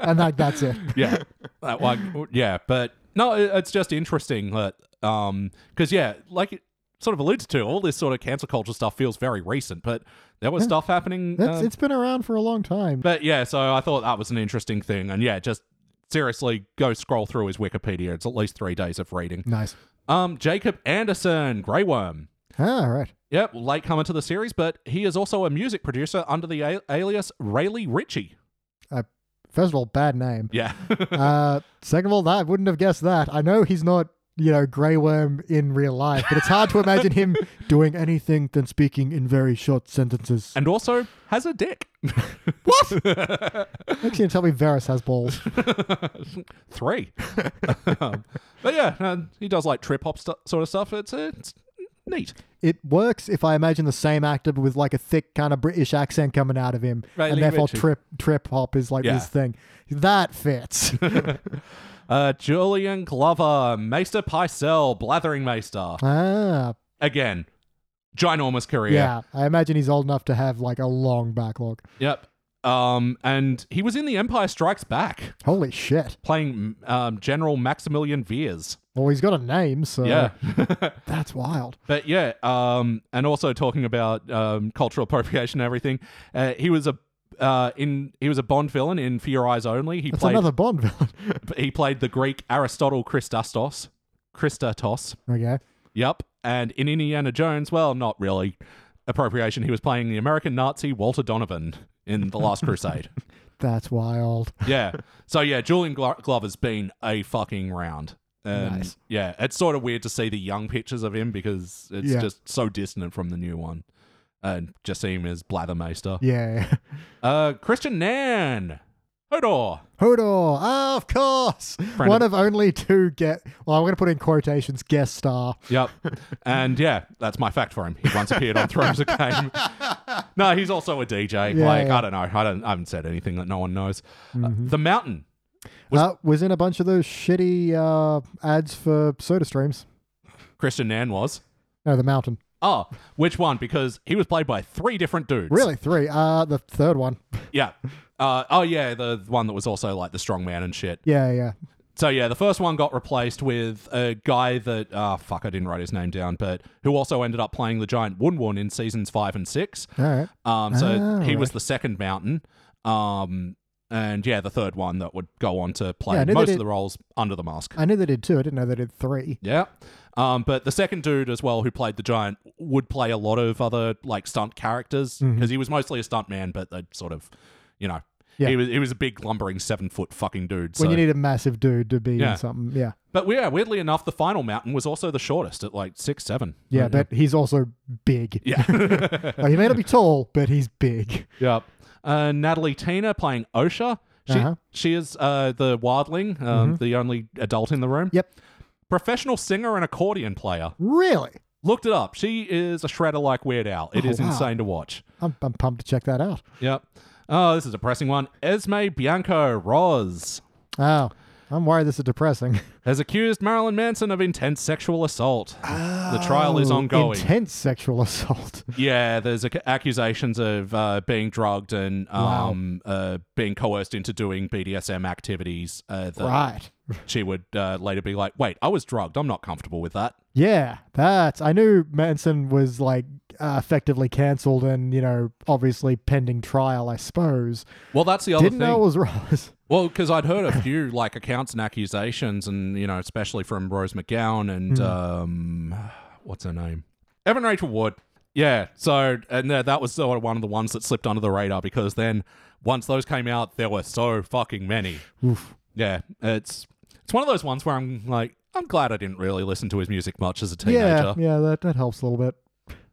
S1: and like that's it.
S2: yeah, that one. Yeah, but no, it- it's just interesting that um, because yeah, like it sort of alludes to, all this sort of cancel culture stuff feels very recent, but there was stuff happening.
S1: That's,
S2: um,
S1: it's been around for a long time.
S2: But yeah, so I thought that was an interesting thing, and yeah, just seriously go scroll through his Wikipedia. It's at least three days of reading.
S1: nice.
S2: Um, Jacob Anderson, Grey Worm.
S1: Ah, all right.
S2: Yep, late comer to the series, but he is also a music producer under the a- alias Rayleigh Ritchie.
S1: First of all, bad name.
S2: Yeah.
S1: Uh, second of all, that I wouldn't have guessed that. I know he's not, you know, Grey Worm in real life, but it's hard to imagine him doing anything than speaking in very short sentences.
S2: and also has a dick.
S1: Next, you tell me Varys has balls.
S2: Three. Um, but yeah, no, he does like trip hop stu- sort of stuff. It's, uh, it's neat.
S1: It works if I imagine the same actor but with like a thick kind of British accent coming out of him,
S2: Right,
S1: and
S2: Lee
S1: therefore
S2: Ritchie.
S1: trip trip hop is like
S2: Yeah.
S1: this thing that fits.
S2: Uh, Julian Glover, Maester Picel, Blathering Maester.
S1: ah,
S2: Again, ginormous career.
S1: yeah. I imagine he's old enough to have like a long backlog.
S2: Yep. Um, and he was in The Empire Strikes Back,
S1: Holy shit!
S2: playing um, General Maximilian Veers.
S1: Well, he's got a name, so
S2: Yeah.
S1: that's wild.
S2: but yeah, um, and also talking about um, cultural appropriation and everything, uh, he was a uh, in he was a Bond villain in For Your Eyes Only. He
S1: That's
S2: played
S1: another Bond villain.
S2: he played the Greek Aristotle Christastos. Christatos.
S1: okay.
S2: Yep. And in Indiana Jones, well, not really appropriation. He was playing the American Nazi Walter Donovan in The Last Crusade.
S1: That's wild.
S2: yeah. So yeah, Julian Glo- Glover's been a fucking round. And
S1: Nice.
S2: yeah, it's sort of weird to see the young pictures of him because it's
S1: Yeah.
S2: just so distant from the new one. And just see him as Blathermaster.
S1: Yeah.
S2: Uh, Christian Nan. Hodor.
S1: Hodor, ah, of course. One of, only two get. Well, I'm going to put in quotations guest star.
S2: Yep. And yeah, that's my fact for him. He once appeared on Thrones of Game. No, he's also a DJ.
S1: Yeah,
S2: like,
S1: yeah. Mm-hmm.
S2: I don't know. I, don't, I haven't said anything that no one knows. Uh, the Mountain.
S1: Was, Uh, was in a bunch of those shitty uh, ads for Soda Streams.
S2: Christian Nan was.
S1: No, the mountain.
S2: Oh, which one? Because he was played by three different dudes.
S1: Really, three. Uh, the third one.
S2: Yeah. Uh, oh yeah, the one that was also like the strongman and shit.
S1: Yeah, yeah.
S2: So yeah, the first one got replaced with a guy that ah fuck, I didn't write his name down, but who also ended up playing the giant Wun Wun in seasons five and six.
S1: All right.
S2: Um, so
S1: Ah,
S2: he was the second mountain. Um, and yeah, the third one that would go on to play
S1: Yeah, I knew
S2: most
S1: that
S2: of
S1: it-
S2: the roles under the mask.
S1: I knew they did two. I didn't know they did three.
S2: yeah. Um, but the second dude as well, who played the giant, would play a lot of other like stunt characters
S1: Mm-hmm.
S2: because he was mostly a stunt man, but they sort of, you know,
S1: Yeah.
S2: he was he was a big lumbering seven foot fucking dude. So.
S1: When you need a massive dude to be
S2: Yeah.
S1: in something, yeah,
S2: but yeah, weirdly enough, the final mountain was also the shortest at like six seven.
S1: yeah. But he's also big.
S2: Yeah.
S1: Like, he may not be tall, but he's big.
S2: Yep. Uh, Natalie Tina playing OSHA. She,
S1: Uh-huh. Mm-hmm.
S2: she is uh, the wildling, um, the only adult in the room.
S1: Yep.
S2: Professional singer and accordion player.
S1: Really,
S2: Looked it up. She is a shredder like Weird Al. It
S1: Oh,
S2: is
S1: wow.
S2: insane to watch.
S1: I'm, I'm pumped to check that out.
S2: Yep. Oh, this is a pressing one. Esme Bianco Roz
S1: Oh, I'm worried this is depressing.
S2: has accused Marilyn Manson of intense sexual assault. the trial is ongoing.
S1: Oh, Intense sexual assault.
S2: Yeah, there's ac- accusations of uh, being drugged and um, uh, being coerced into doing BDSM activities uh, that
S1: Right.
S2: she would uh, later be like, "Wait, I was drugged. I'm not comfortable with that."
S1: Yeah, that's. I knew Manson was like uh, effectively cancelled and, you know, obviously pending trial, I suppose.
S2: Well, that's the other
S1: Didn't
S2: thing.
S1: know it was Ross.
S2: well, because I'd heard a few like accounts and accusations, and you know, especially from Rose McGowan
S1: Hmm.
S2: and um, what's her name, Evan Rachel Wood. Yeah, so and uh, that was sort of one of the ones that slipped under the radar because then once those came out, there were so fucking many.
S1: Oof.
S2: Yeah, it's it's one of those ones where I'm like, I'm glad I didn't really listen to his music much as a teenager.
S1: Yeah, yeah, that, that helps a little bit.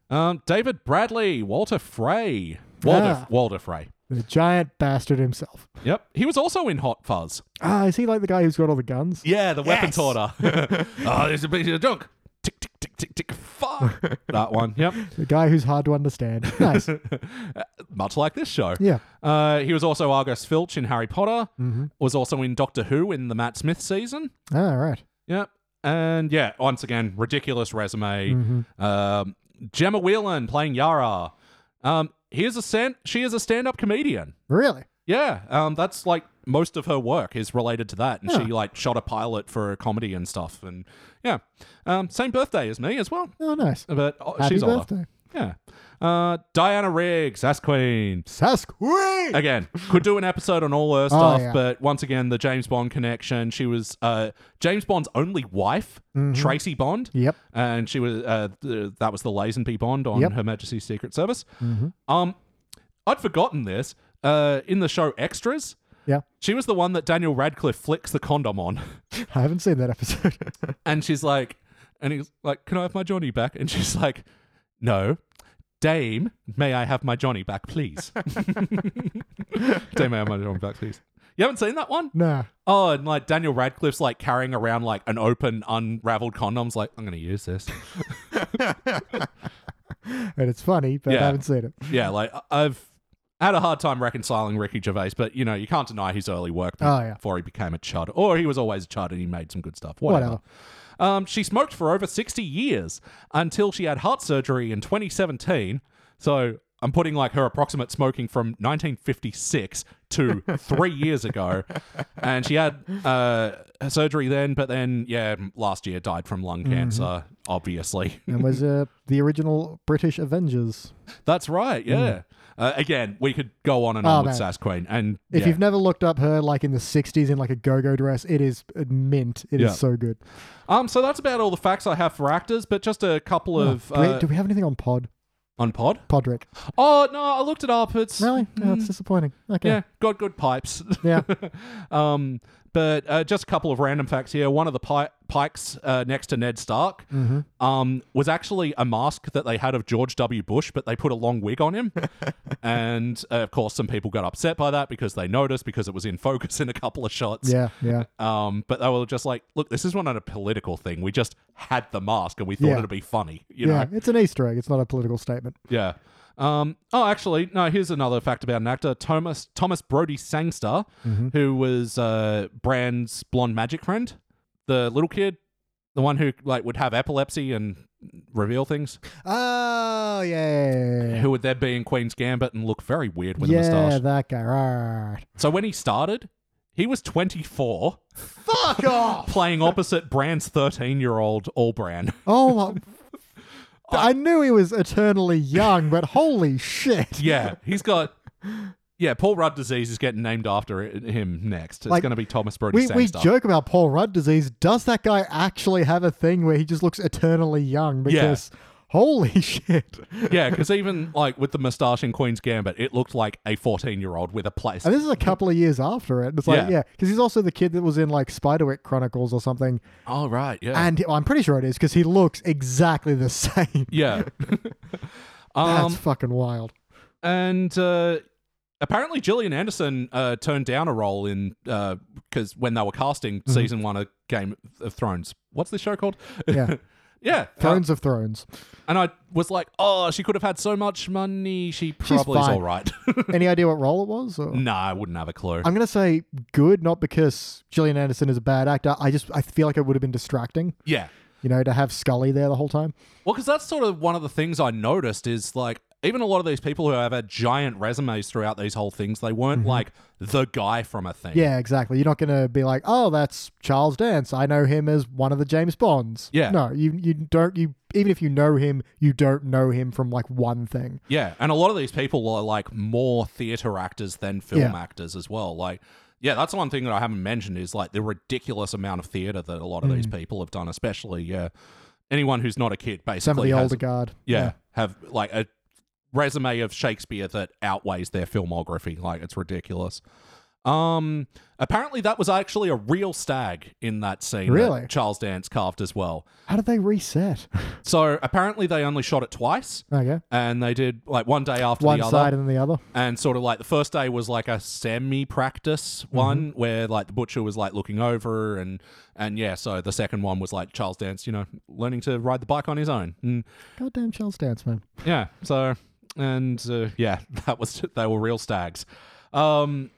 S2: Um, David Bradley, Walter Frey, Walter
S1: Ah.
S2: Walter Frey.
S1: The giant bastard himself.
S2: Yep. He was also in Hot Fuzz.
S1: Ah, is he like the guy who's got all the guns?
S2: Yeah, the
S1: weapons Yes.
S2: order. oh, there's a piece of junk. Tick, tick, tick, tick, tick. Fuck. that one. Yep.
S1: The guy who's hard to understand. Nice.
S2: Much like this show.
S1: yeah.
S2: Uh, he was also Argus Filch in Harry Potter. Was also in Doctor Who in the Matt Smith season.
S1: All Ah, right.
S2: Yep. And yeah, once again, ridiculous resume. Um, Gemma Whelan playing Yara. Um, he is a san- she is a stand-up comedian.
S1: Really?
S2: Yeah, um, that's like most of her work is related to that, and she like shot a pilot for comedy and stuff, and yeah, um, same birthday as me as well,
S1: Oh, nice.
S2: but oh,
S1: Happy
S2: she's older.
S1: birthday.
S2: Yeah, uh, Diana Riggs, as Queen.
S1: Sasquatch!
S2: Again, could do an episode on all her stuff,
S1: Oh, yeah.
S2: but once again, the James Bond connection. She was uh, James Bond's only wife,
S1: Mm-hmm.
S2: Tracy Bond.
S1: Yep.
S2: And she was uh, th- that was the Lazenby Bond on
S1: Yep. Mm-hmm.
S2: Her Majesty's Secret Service. Um, I'd forgotten this. Uh, in the show Extras,
S1: Yeah.
S2: she was the one that Daniel Radcliffe flicks the condom on,
S1: I haven't seen that episode.
S2: and she's like, and he's like, "Can I have my Johnny back?" And she's like, "No, Dame, may I have my Johnny back, please?" Dame, may I have my Johnny back, please? You haven't seen that one?
S1: nah.
S2: Oh, and like Daniel Radcliffe's like carrying around like an open, unraveled condom's like, "I'm gonna use this."
S1: And it's funny, but
S2: Yeah.
S1: I haven't seen it.
S2: yeah, like I- I've had a hard time reconciling Ricky Gervais, but you know you can't deny his early work be-
S1: Oh, yeah.
S2: before he became a chud, or he was always a chud and he made some good stuff. Whatever. Um, she smoked for over sixty years until she had heart surgery in 2017. So I'm putting like her approximate smoking from 1956 to three years ago, and she had uh, her surgery then, but then yeah, last year died from lung
S1: Mm-hmm.
S2: cancer, obviously.
S1: And was uh, the original British Avengers.
S2: That's right. Yeah. Uh, again, we could go on and
S1: Mm. Oh,
S2: on with
S1: man.
S2: Sass Queen, and
S1: If
S2: yeah.
S1: you've never looked up her like in the 60s in like a go-go dress, it is mint. It is
S2: Yeah.
S1: so good.
S2: um, so that's about all the facts I have for actors, but just a couple of
S1: do, we,
S2: uh,
S1: do we have anything on Pod?
S2: on Pod.
S1: Podrick.
S2: Oh no, I looked it up. It's mm,
S1: Really? Oh, No, it's disappointing. Okay.
S2: yeah, got good pipes.
S1: Yeah.
S2: um, but uh, just a couple of random facts here. One of the pi- pikes uh, next to Ned Stark
S1: Mm-hmm.
S2: um, was actually a mask that they had of George W. Bush, but they put a long wig on him. and uh, of course, some people got upset by that because they noticed because it was in focus in a couple of shots.
S1: Yeah. Yeah.
S2: Um, but they were just like, look, this is not a political thing. We just had the mask and we thought
S1: Yeah.
S2: it'd be funny, you
S1: yeah.
S2: know?
S1: It's an Easter egg. It's not a political statement.
S2: Yeah. Um, oh, actually, no, here's another fact about an actor, Thomas Thomas Brody Sangster,
S1: Mm-hmm.
S2: who was uh, Brand's blonde magic friend, the little kid, the one who like would have epilepsy and reveal things,
S1: Oh, yeah.
S2: who would then be in Queen's Gambit and look very weird with a
S1: Yeah,
S2: mustache.
S1: that guy. Right.
S2: So when he started, he was 24,
S1: Fuck off.
S2: playing opposite Brand's 13-year-old Allbran.
S1: Oh, my. I knew he was eternally young, but holy shit.
S2: Yeah, he's got. yeah, Paul Rudd disease is getting named after i- him next. It's
S1: Like,
S2: going to be Thomas Brody
S1: We,
S2: saying
S1: we
S2: stuff.
S1: joke about Paul Rudd disease. Does that guy actually have a thing where he just looks eternally young? Because holy shit.
S2: yeah, because even like with the moustache in Queen's Gambit, it looked like a 14 year old with a place.
S1: And this is a couple of years after it. It's like,
S2: Yeah.
S1: yeah, because he's also the kid that was in like Spiderwick Chronicles or something.
S2: Oh, right. Yeah.
S1: And he- I'm pretty sure it is because he looks exactly the same.
S2: yeah.
S1: That's
S2: um,
S1: fucking wild.
S2: and uh, apparently Gillian Anderson uh, turned down a role in because when they were casting
S1: Mm-hmm.
S2: season one of Game of Thrones, what's this show called?
S1: Yeah.
S2: yeah, uh,
S1: Thrones of Thrones.
S2: and I was like, oh, she could have had so much money. She probably is
S1: fine.
S2: all right.
S1: Any idea what role it was? Or?
S2: nah, I wouldn't have a clue.
S1: I'm gonna say good, not because Gillian Anderson is a bad actor. I just I feel like it would have been distracting,
S2: yeah.
S1: you know, to have Scully there the whole time.
S2: Well, because that's sort of one of the things I noticed is like even a lot of these people who have had giant resumes throughout these whole things, they weren't like the guy from a thing.
S1: Mm-hmm. Yeah, exactly. You're not gonna be like, oh, that's Charles Dance. I know him as one of the James Bonds.
S2: Yeah.
S1: No, you you don't you even if you know him, you don't know him from like one thing.
S2: Yeah, and a lot of these people are like more theater actors than film
S1: Yeah.
S2: actors as well. Like, yeah, that's one thing that I haven't mentioned is like the ridiculous amount of theater that a lot of these
S1: Mm.
S2: people have done, especially yeah, anyone who's not a kid basically.
S1: Some of the
S2: has-
S1: older guard.
S2: yeah, have like a resume of Shakespeare that outweighs their filmography. Like, it's ridiculous. Um, apparently that was actually a real stag in that scene. that
S1: Really?
S2: Charles Dance carved as well.
S1: How did they reset?
S2: So apparently they only shot it twice.
S1: okay.
S2: And they did like one day after
S1: One
S2: the other
S1: side and then the other.
S2: and sort of like the first day was like a semi practice
S1: Mm-hmm.
S2: one where like the butcher was like looking over and and yeah so the second one was like charles dance you know learning to ride the bike on his own Mm. and
S1: Goddamn Charles Dance, man.
S2: yeah so and uh, yeah that was they were real stags um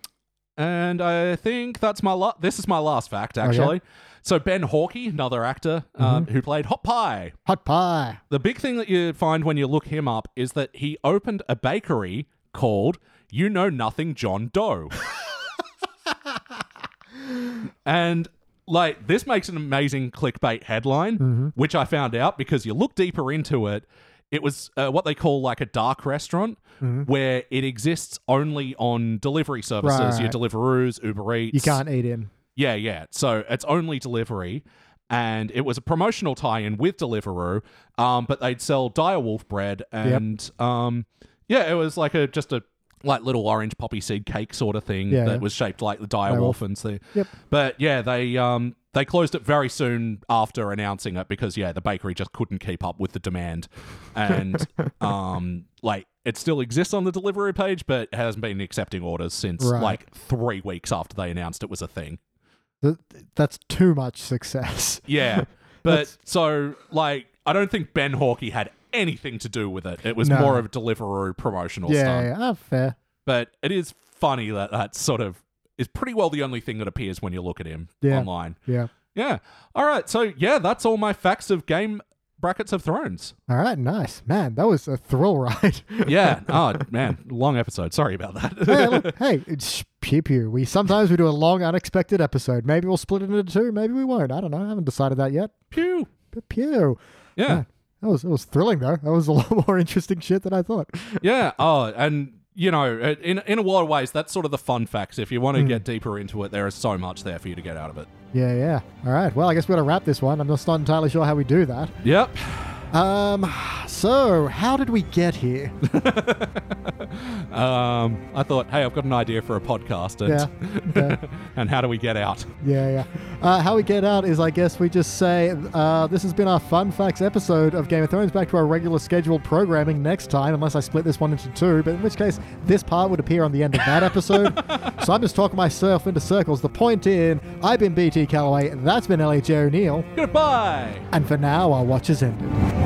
S2: and i think that's my la- this is my last fact actually so ben hawkey another actor um, who played hot pie
S1: Hot pie.
S2: the big thing that you find when you look him up is that he opened a bakery called You Know Nothing John Doe. and like this makes an amazing clickbait headline,
S1: Mm-hmm.
S2: which I found out because you look deeper into it. It was uh, what they call like a dark restaurant
S1: Mm-hmm.
S2: where it exists only on delivery services, your
S1: Right.
S2: Deliveroo's, Uber Eats.
S1: You can't eat in.
S2: Yeah, yeah. So it's only delivery. And it was a promotional tie in with Deliveroo, um, but they'd sell direwolf bread and um, yeah, it was like a just a like little orange poppy seed cake sort of thing
S1: Yeah,
S2: that
S1: yeah.
S2: was shaped like the direwolf and so
S1: Yep.
S2: But yeah, they um, they closed it very soon after announcing it because yeah, the bakery just couldn't keep up with the demand, and um, like it still exists on the Deliveroo page, but hasn't been accepting orders since
S1: Right.
S2: like three weeks after they announced it was a thing.
S1: Th- That's too much success.
S2: Yeah. But so, like, I don't think Ben Hawkey had anything to do with it. It was
S1: No.
S2: more of a Deliveroo promotional
S1: Yeah,
S2: stunt.
S1: yeah, ah, fair.
S2: But it is funny that that sort of is pretty well the only thing that appears when you look at him
S1: Yeah.
S2: online.
S1: Yeah.
S2: Yeah. All right. So, yeah, that's all my facts of game brackets of thrones.
S1: All right, nice. Man, that was a thrill ride.
S2: Yeah. oh, man. Long episode. Sorry about
S1: hey,
S2: that.
S1: look, hey, it's pew pew. We sometimes we do a long, unexpected episode. Maybe we'll split it into two. Maybe we won't. I don't know. I haven't decided that yet.
S2: Pew.
S1: But pew.
S2: Yeah.
S1: That was, that was thrilling, though. That was a lot more interesting shit than I thought.
S2: Yeah. Oh, and you know, in in a lot of ways, that's sort of the fun facts. If you want to
S1: Hmm.
S2: get deeper into it, there is so much there for you to get out of it.
S1: Yeah, yeah. All right. Well, I guess we got to wrap this one. I'm just not entirely sure how we do that.
S2: Yep.
S1: Um, so how did we get here?
S2: Um, I thought, hey, I've got an idea for a podcast, and
S1: Yeah,
S2: and how do we get out?
S1: Yeah, yeah. Uh, how we get out is, I guess, we just say uh, this has been our fun facts episode of Game of Thrones. Back to our regular scheduled programming next time, unless I split this one into two. But in which case, this part would appear on the end of that episode. so I'm just talking myself into circles. The point in, I've been BT Calloway. That's been LHJ O'Neill,
S2: Goodbye.
S1: and for now, our watch is ended.